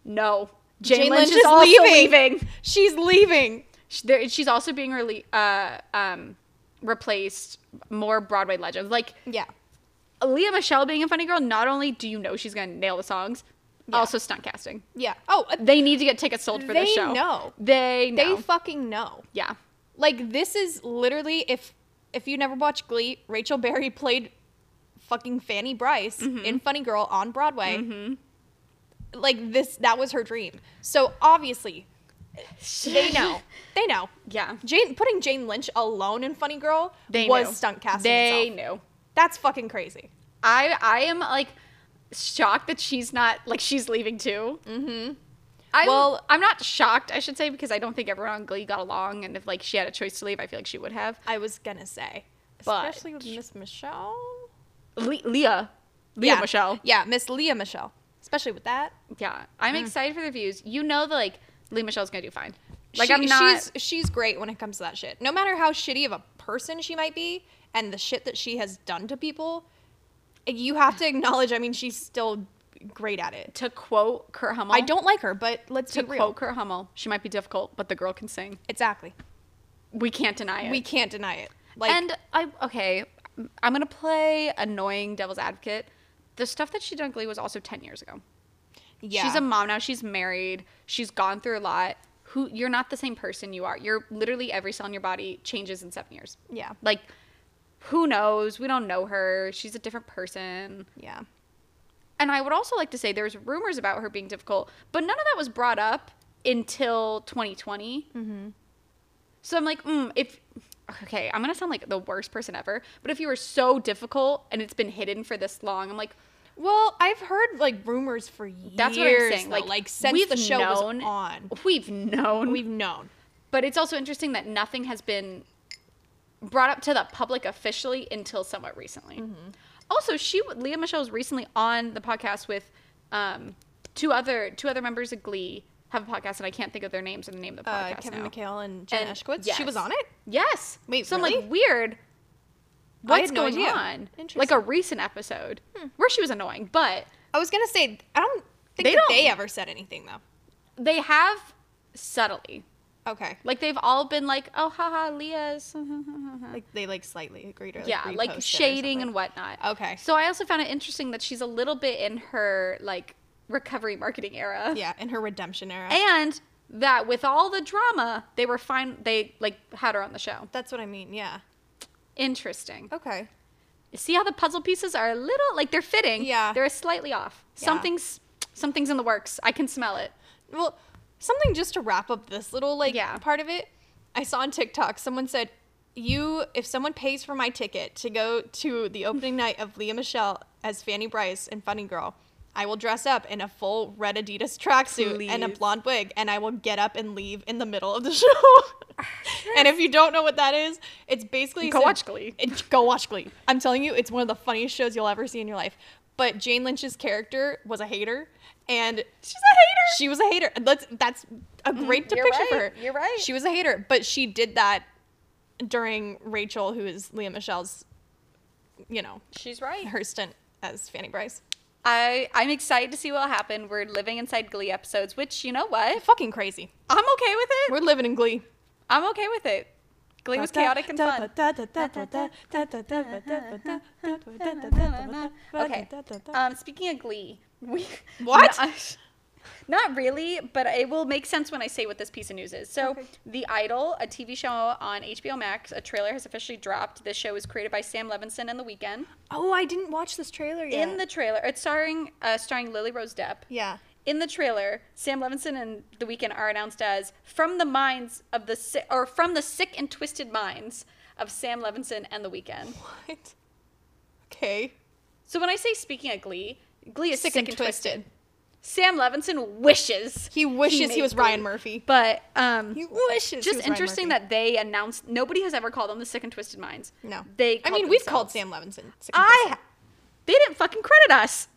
B: No. Jane, Lynch, is, also leaving.
A: She's leaving.
B: She- there- She's also being rele- uh, um, replaced more Broadway legends. Like,
A: Yeah.
B: Leah Michelle being a funny girl, not only do you know she's gonna nail the songs, also stunt casting.
A: Yeah. Oh, uh,
B: They need to get tickets sold for this
A: They
B: show.
A: know.
B: They
A: they
B: know.
A: fucking know.
B: yeah.
A: Like this is literally if if you never watched Glee, Rachel Berry played fucking Fanny Bryce in Funny Girl on Broadway. Like this that was her dream. So obviously, they know. They know.
B: Yeah.
A: Jane putting Jane Lynch alone in Funny Girl
B: They
A: was
B: knew.
A: stunt casting
B: They
A: itself.
B: knew.
A: That's fucking crazy.
B: I I am like shocked that she's not like she's leaving too. Mm-hmm. I'm, well,
A: Well-
B: I'm not shocked, I should say, because I don't think everyone on Glee got along, and if like she had a choice to leave, I feel like she would have.
A: I was gonna say,
B: But-
A: especially with Miss Michelle.
B: Le- Leah, Leah
A: yeah.
B: Michelle.
A: Yeah, Miss Leah Michelle. Especially with that.
B: Yeah, I'm excited for the views. You know that like Leah Michelle's gonna do fine. Like
A: She-
B: I'm not.
A: she's she's great when it comes to that shit. No matter how shitty of a person she might be and the shit that she has done to people, you have to acknowledge, I mean, she's still great at it.
B: to quote Kurt Hummel.
A: I don't like her, but let's
B: to
A: be real.
B: quote Kurt Hummel. She might be difficult, but the girl can sing.
A: Exactly.
B: We can't deny it.
A: We can't deny it. Like
B: and I okay, I'm gonna play annoying devil's advocate. The stuff that she did on Glee was also ten years ago.
A: yeah.
B: She's a mom now. She's married. She's gone through a lot. Who you're not the same person you are. You're literally every cell in your body changes in seven years.
A: yeah.
B: Like, who knows? We don't know her. She's a different person.
A: Yeah.
B: And I would also like to say there's rumors about her being difficult, but none of that was brought up until 2020. So I'm like, mm, if okay, I'm gonna sound like the worst person ever, but if you were so difficult and it's been hidden for this long, I'm like,
A: Well, I've heard like rumors for years.
B: that's what I'm saying.
A: though,
B: Like,
A: like since
B: we've
A: the show
B: known,
A: was on,
B: we've known.
A: we've known.
B: but it's also interesting that nothing has been brought up to the public officially until somewhat recently.
A: Mm-hmm.
B: Also, she Leah Michelle was recently on the podcast with um, two other two other members of Glee have a podcast, and I can't think of their names and the name of the
A: Uh,
B: podcast
A: Kevin
B: now.
A: McHale and Jen
B: And-
A: Eshkowitz. She
B: yes.
A: was on it.
B: Yes.
A: Wait,
B: so I'm
A: really?
B: like weird.
A: I had
B: What's
A: no
B: going
A: idea.
B: on? Like a
A: Interesting. Hmm.
B: recent episode where she was annoying, but
A: I was gonna say I don't think
B: They
A: that
B: don't-
A: they ever said anything though.
B: They have subtly.
A: Okay,
B: Like they've all been like, oh, haha, Leah's.
A: like they like slightly agreed or like
B: yeah,
A: reposted
B: like
A: or
B: shading
A: something.
B: and whatnot.
A: Okay.
B: So I also found it interesting that she's a little bit in her like recovery marketing era.
A: yeah, in her redemption era.
B: And that with all the drama, they were fine. They like had her on the show.
A: That's what I mean. Yeah.
B: Interesting.
A: Okay.
B: See how the puzzle pieces are a little like they're fitting.
A: Yeah.
B: They're slightly off.
A: Yeah.
B: Something's something's in the works. I can smell it.
A: Well, something just to wrap up this little like
B: Yeah.
A: part of it. I saw on TikTok someone said, "You, if someone pays for my ticket to go to the opening night of Leah Michelle as Fanny Bryce and Funny Girl." I will dress up in a full red Adidas tracksuit and a
B: Please.
A: blonde wig, and I will get up and leave in the middle of the show. and if you don't know what that is, it's basically
B: Go
A: so-
B: watch Glee.
A: it- go watch Glee. I'm telling you, it's one of the funniest shows you'll ever see in your life. But Jane Lynch's character was a hater, and she's a hater. She was a hater. And That's that's a great
B: Mm-hmm. you're
A: depiction
B: right,
A: for her.
B: you're right.
A: She was a hater, but she did that during Rachel, who is Leah Michelle's, you know,
B: She's right.
A: her stint as Fanny Bryce.
B: I I'm excited to see what will happen. We're living inside Glee episodes, which you know what?
A: Fucking crazy.
B: I'm okay with it.
A: We're living in Glee.
B: I'm okay with it. Glee was chaotic and fun. Okay. Um, speaking of Glee, we
A: What?
B: Not, not really, but it will make sense when I say what this piece of news is. So,
A: Okay.
B: The Idol, a TV show on HBO Max, a trailer has officially dropped. This show is created by Sam Levinson and The Weeknd.
A: Oh, I didn't watch this trailer yet.
B: In the trailer, it's starring uh, starring Lily Rose Depp.
A: yeah.
B: In the trailer, Sam Levinson and The Weeknd are announced as from the minds of the si- or from the sick and twisted minds of Sam Levinson and The Weeknd.
A: What? Okay.
B: So when I say speaking of Glee, Glee is sick, and, twisted.
A: twisted.
B: Sam Levinson wishes
A: He wishes he,
B: made
A: was
B: Glee.
A: Ryan Murphy.
B: But um,
A: He wishes. he
B: just
A: was Ryan
B: interesting
A: Murphy.
B: that they announced nobody has ever called them the sick and twisted minds.
A: No.
B: they.
A: I
B: called
A: mean, we've called
B: themselves-
A: Sam Levinson. sick and
B: I.
A: twisted.
B: They didn't fucking credit us.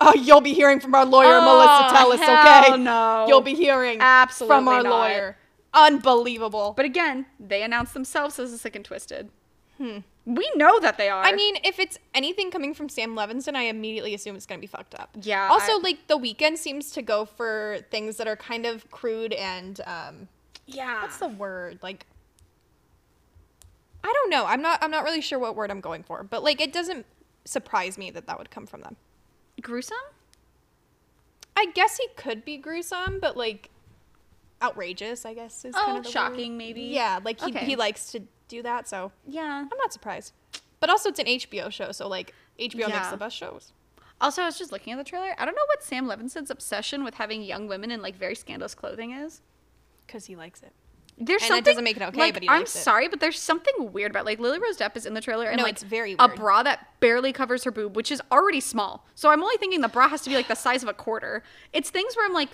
A: Oh, you'll be hearing from our lawyer,
B: Oh,
A: Melissa Tellis,
B: hell
A: okay?
B: no.
A: You'll be hearing
B: Absolutely
A: from our
B: not.
A: lawyer. Unbelievable.
B: But again, they announced themselves as the sick and twisted. Hmm. We know that they are.
A: I mean, if it's anything coming from Sam Levinson, I immediately assume it's going to be fucked up.
B: Yeah,
A: Also,
B: I-
A: like, The weekend seems to go for things that are kind of crude and, um,
B: yeah.
A: what's the word? Like, I don't know. I'm not, I'm not really sure what word I'm going for, but, like, it doesn't surprise me that that would come from them.
B: gruesome?
A: I guess he could be gruesome, but, like, outrageous, I guess, is kind
B: Oh,
A: of the word.
B: shocking, maybe.
A: Yeah, like, he,
B: Okay.
A: he likes to do that, so
B: Yeah.
A: I'm not surprised. But also, it's an HBO show, so, like, HBO makes
B: Yeah.
A: the best shows.
B: Also, I was just looking at the trailer. I don't know what Sam Levinson's obsession with having young women in like very scandalous clothing is.
A: because he likes it.
B: There's
A: And that
B: something
A: doesn't make it okay,
B: like,
A: but he
B: I'm
A: likes it.
B: sorry, but there's something weird about like Lily Rose Depp is in the trailer and
A: No,
B: like
A: it's very
B: a
A: weird.
B: bra that barely covers her boob, which is already small. So I'm only thinking the bra has to be like the size of a quarter. It's things where I'm like,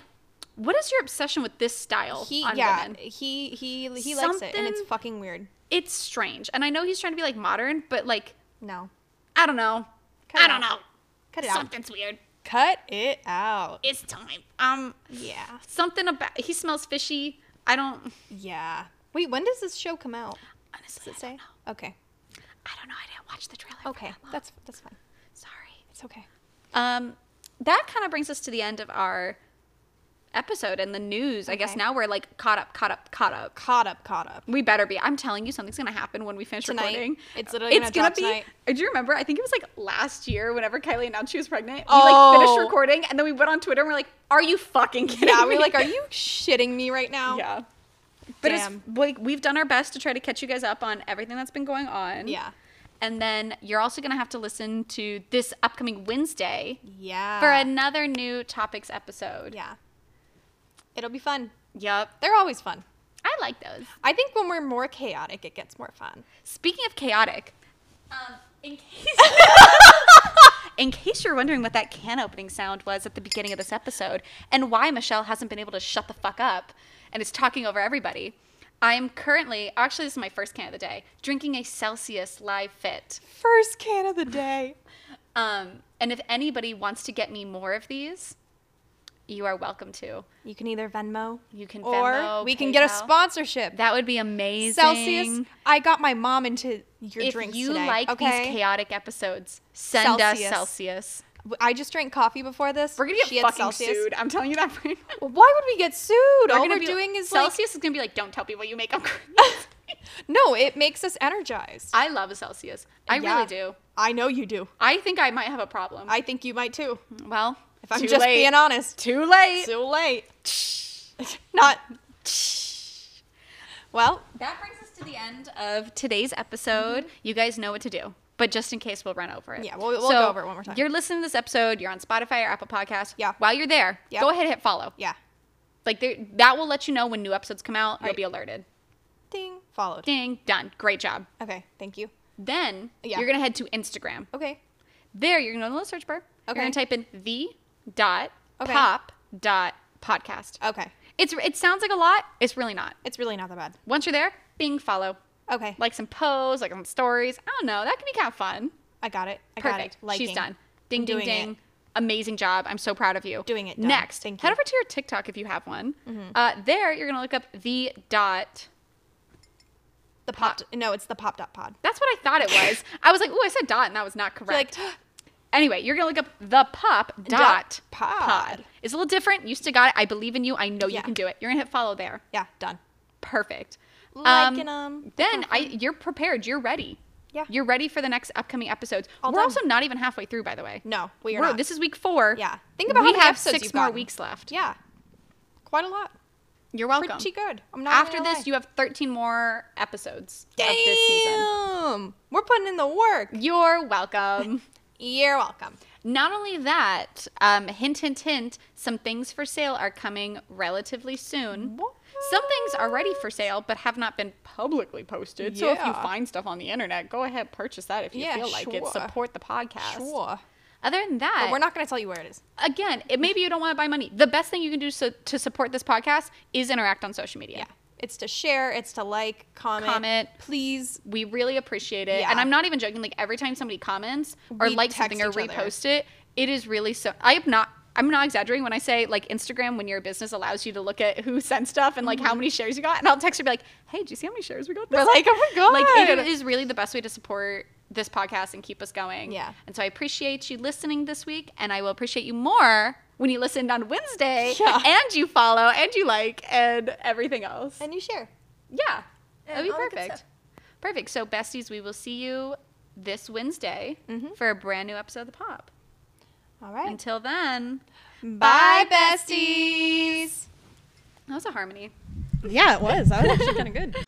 B: what is your obsession with this style
A: He
B: on
A: yeah
B: women?
A: he he he likes it and it's
B: Something-
A: fucking weird.
B: It's strange, and I know he's trying to be like modern, but like
A: No,
B: I don't know.
A: Cut
B: I
A: it
B: don't
A: out.
B: know.
A: cut it out.
B: Something's weird.
A: Cut it out.
B: It's time. Um,
A: Yeah,
B: something about he smells fishy. I don't.
A: yeah. Wait, when does this show come out?
B: Honestly,
A: Does it
B: I
A: say?
B: don't know.
A: Okay,
B: I don't know. I didn't watch the trailer. for
A: okay.
B: that long.
A: That's that's fine.
B: sorry.
A: It's okay.
B: Um, that kind of brings us to the end of our episode and the news. I guess
A: Okay.
B: now we're like caught up, caught up, caught up.
A: Caught up, caught up.
B: We better be. I'm telling you, something's gonna happen when we finish
A: Tonight.
B: recording.
A: It's literally gonna drop tonight.
B: be. Do you remember? I think it was like last year, whenever Kylie announced she was pregnant. We like
A: Oh.
B: finished recording, and then we went on Twitter and we're like, "Are you fucking kidding
A: Yeah,
B: me?"
A: we're like, are you shitting me right now?
B: Yeah. But
A: Damn.
B: it's like we've done our best to try to catch you guys up on everything that's been going on.
A: Yeah.
B: And then you're also gonna have to listen to this upcoming Wednesday
A: Yeah.
B: for another new topics episode.
A: yeah. It'll be fun.
B: Yep.
A: They're always fun.
B: I like those.
A: I think when we're more chaotic, it gets more fun.
B: Speaking of chaotic, um, in case in case you're wondering what that can opening sound was at the beginning of this episode and why Michelle hasn't been able to shut the fuck up and is talking over everybody, I'm currently actually this is my first can of the day drinking a Celsius Live Fit.
A: First can of the day.
B: Um, and if anybody wants to get me more of these, you are welcome to.
A: You can either Venmo.
B: You can
A: or
B: Venmo,
A: we can get a
B: PayPal.
A: sponsorship.
B: That would be amazing.
A: Celsius. I got my mom into your
B: if
A: drinks
B: you
A: today.
B: like
A: okay?
B: these chaotic episodes, send us
A: Celsius.
B: Celsius.
A: w- I just drank coffee before this.
B: We're gonna get
A: She had
B: fucking
A: Celsius.
B: sued. I'm telling you that right now.
A: Why would we get sued?
B: They're
A: All
B: gonna
A: we're
B: be-
A: doing is like,
B: Celsius is gonna be like, don't tell people you make up. creams."
A: no, it makes us energized.
B: I love a Celsius. I
A: Yeah.
B: really do.
A: I know you do.
B: I think I might have a problem.
A: I think you might too.
B: well,
A: If I'm
B: too
A: just
B: late.
A: being honest.
B: too late.
A: Too late. Not. Well,
B: That brings us to the end of today's episode. You guys know what to do, but just in case, we'll run over it.
A: Yeah, we'll- we'll go over it one more time.
B: You're listening to this episode. You're on Spotify or Apple Podcasts.
A: Yeah.
B: While you're there,
A: Yeah.
B: go ahead and hit follow.
A: yeah.
B: Like there, that will let you know when new episodes come out. You'll
A: Right.
B: be alerted.
A: Ding. Followed.
B: Ding, done. Great job.
A: Okay. Thank you.
B: Then
A: Yeah.
B: you're gonna head to Instagram.
A: Okay.
B: There, you're gonna go to the search bar.
A: Okay.
B: You're gonna type in the dot
A: Okay.
B: pop dot podcast.
A: Okay.
B: It's it sounds like a lot. It's really not.
A: It's really not that bad.
B: Once you're there, Bing follow.
A: Okay.
B: Like some posts, like some stories. I don't know. That can be kind of fun.
A: I got it. I got it.
B: Perfect.
A: Liking.
B: She's done. Ding, ding,
A: I'm doing
B: ding.
A: it.
B: Amazing job. I'm so proud of you.
A: Doing it. Done.
B: Next,
A: Thank
B: head
A: you. Mm-hmm.
B: over to your TikTok if you have one. Uh, there, you're going to look up the dot.
A: The pop. No, it's the pop dot pod.
B: That's what I thought it was. I was like, ooh, I said dot, and that was not
A: You're
B: correct. anyway, you're going to look up the pop dot,
A: Dot
B: pod.
A: pod.
B: It's a little different. You still got it. I believe in you. I know
A: Yeah.
B: you can do it. You're going to hit follow there.
A: yeah. Done.
B: Perfect. Um,
A: Liking 'em.
B: Then I, you're prepared. You're ready.
A: Yeah.
B: You're ready for the next upcoming episodes.
A: All
B: We're
A: done.
B: also not even halfway through, by the way.
A: No, we are
B: We're-
A: not.
B: This is week four.
A: Yeah. Think about
B: we
A: how many
B: have
A: episodes
B: 6
A: you've
B: more
A: gotten.
B: weeks left.
A: yeah. Quite a lot.
B: You're welcome.
A: Pretty good. I'm not
B: After
A: gonna
B: this,
A: lie.
B: you have 13 more episodes
A: Damn.
B: of this season.
A: We're putting in the work.
B: You're welcome.
A: You're welcome.
B: Not only that, um, hint, hint, hint, some things for sale are coming relatively soon. Some things are ready for sale but have not been publicly posted. So if you
A: Yeah.
B: find stuff on the internet, go ahead purchase that if you
A: Yeah,
B: feel like it.
A: sure.
B: Support the podcast.
A: Sure.
B: Other than that,
A: But we're not going to tell you where it is.
B: again, it, maybe you don't want to buy money. The best thing you can do so, to support this podcast is interact on social media.
A: Yeah. It's to share, it's to like, comment.
B: Comment.
A: Please.
B: We really appreciate it.
A: Yeah.
B: And I'm not even joking. Like every time somebody comments or
A: We
B: likes something or
A: text each other.
B: repost it, it is really so I am not I'm not exaggerating when I say like Instagram when you're a business allows you to look at who sent stuff and like how many shares you got. And I'll text her and be like, Hey, do you see how many shares we got?
A: Mm-hmm. We're
B: this
A: like,
B: week?"
A: "Oh my
B: Like it
A: God.
B: is really the best way to support this podcast and keep us going.
A: Yeah.
B: And so I appreciate you listening this week and I will appreciate you more when you listened on Wednesday
A: Yeah.
B: and you follow and you like and everything else.
A: And you share.
B: Yeah. That'd
C: And
B: be
C: all the good
B: perfect.
C: stuff.
B: Perfect. So, besties, we will see you this Wednesday for a brand new episode of The Pop.
A: All Mm-hmm. right.
B: Until then,
A: Bye, besties.
B: that was a harmony.
C: Yeah, it was. That was actually kind of good.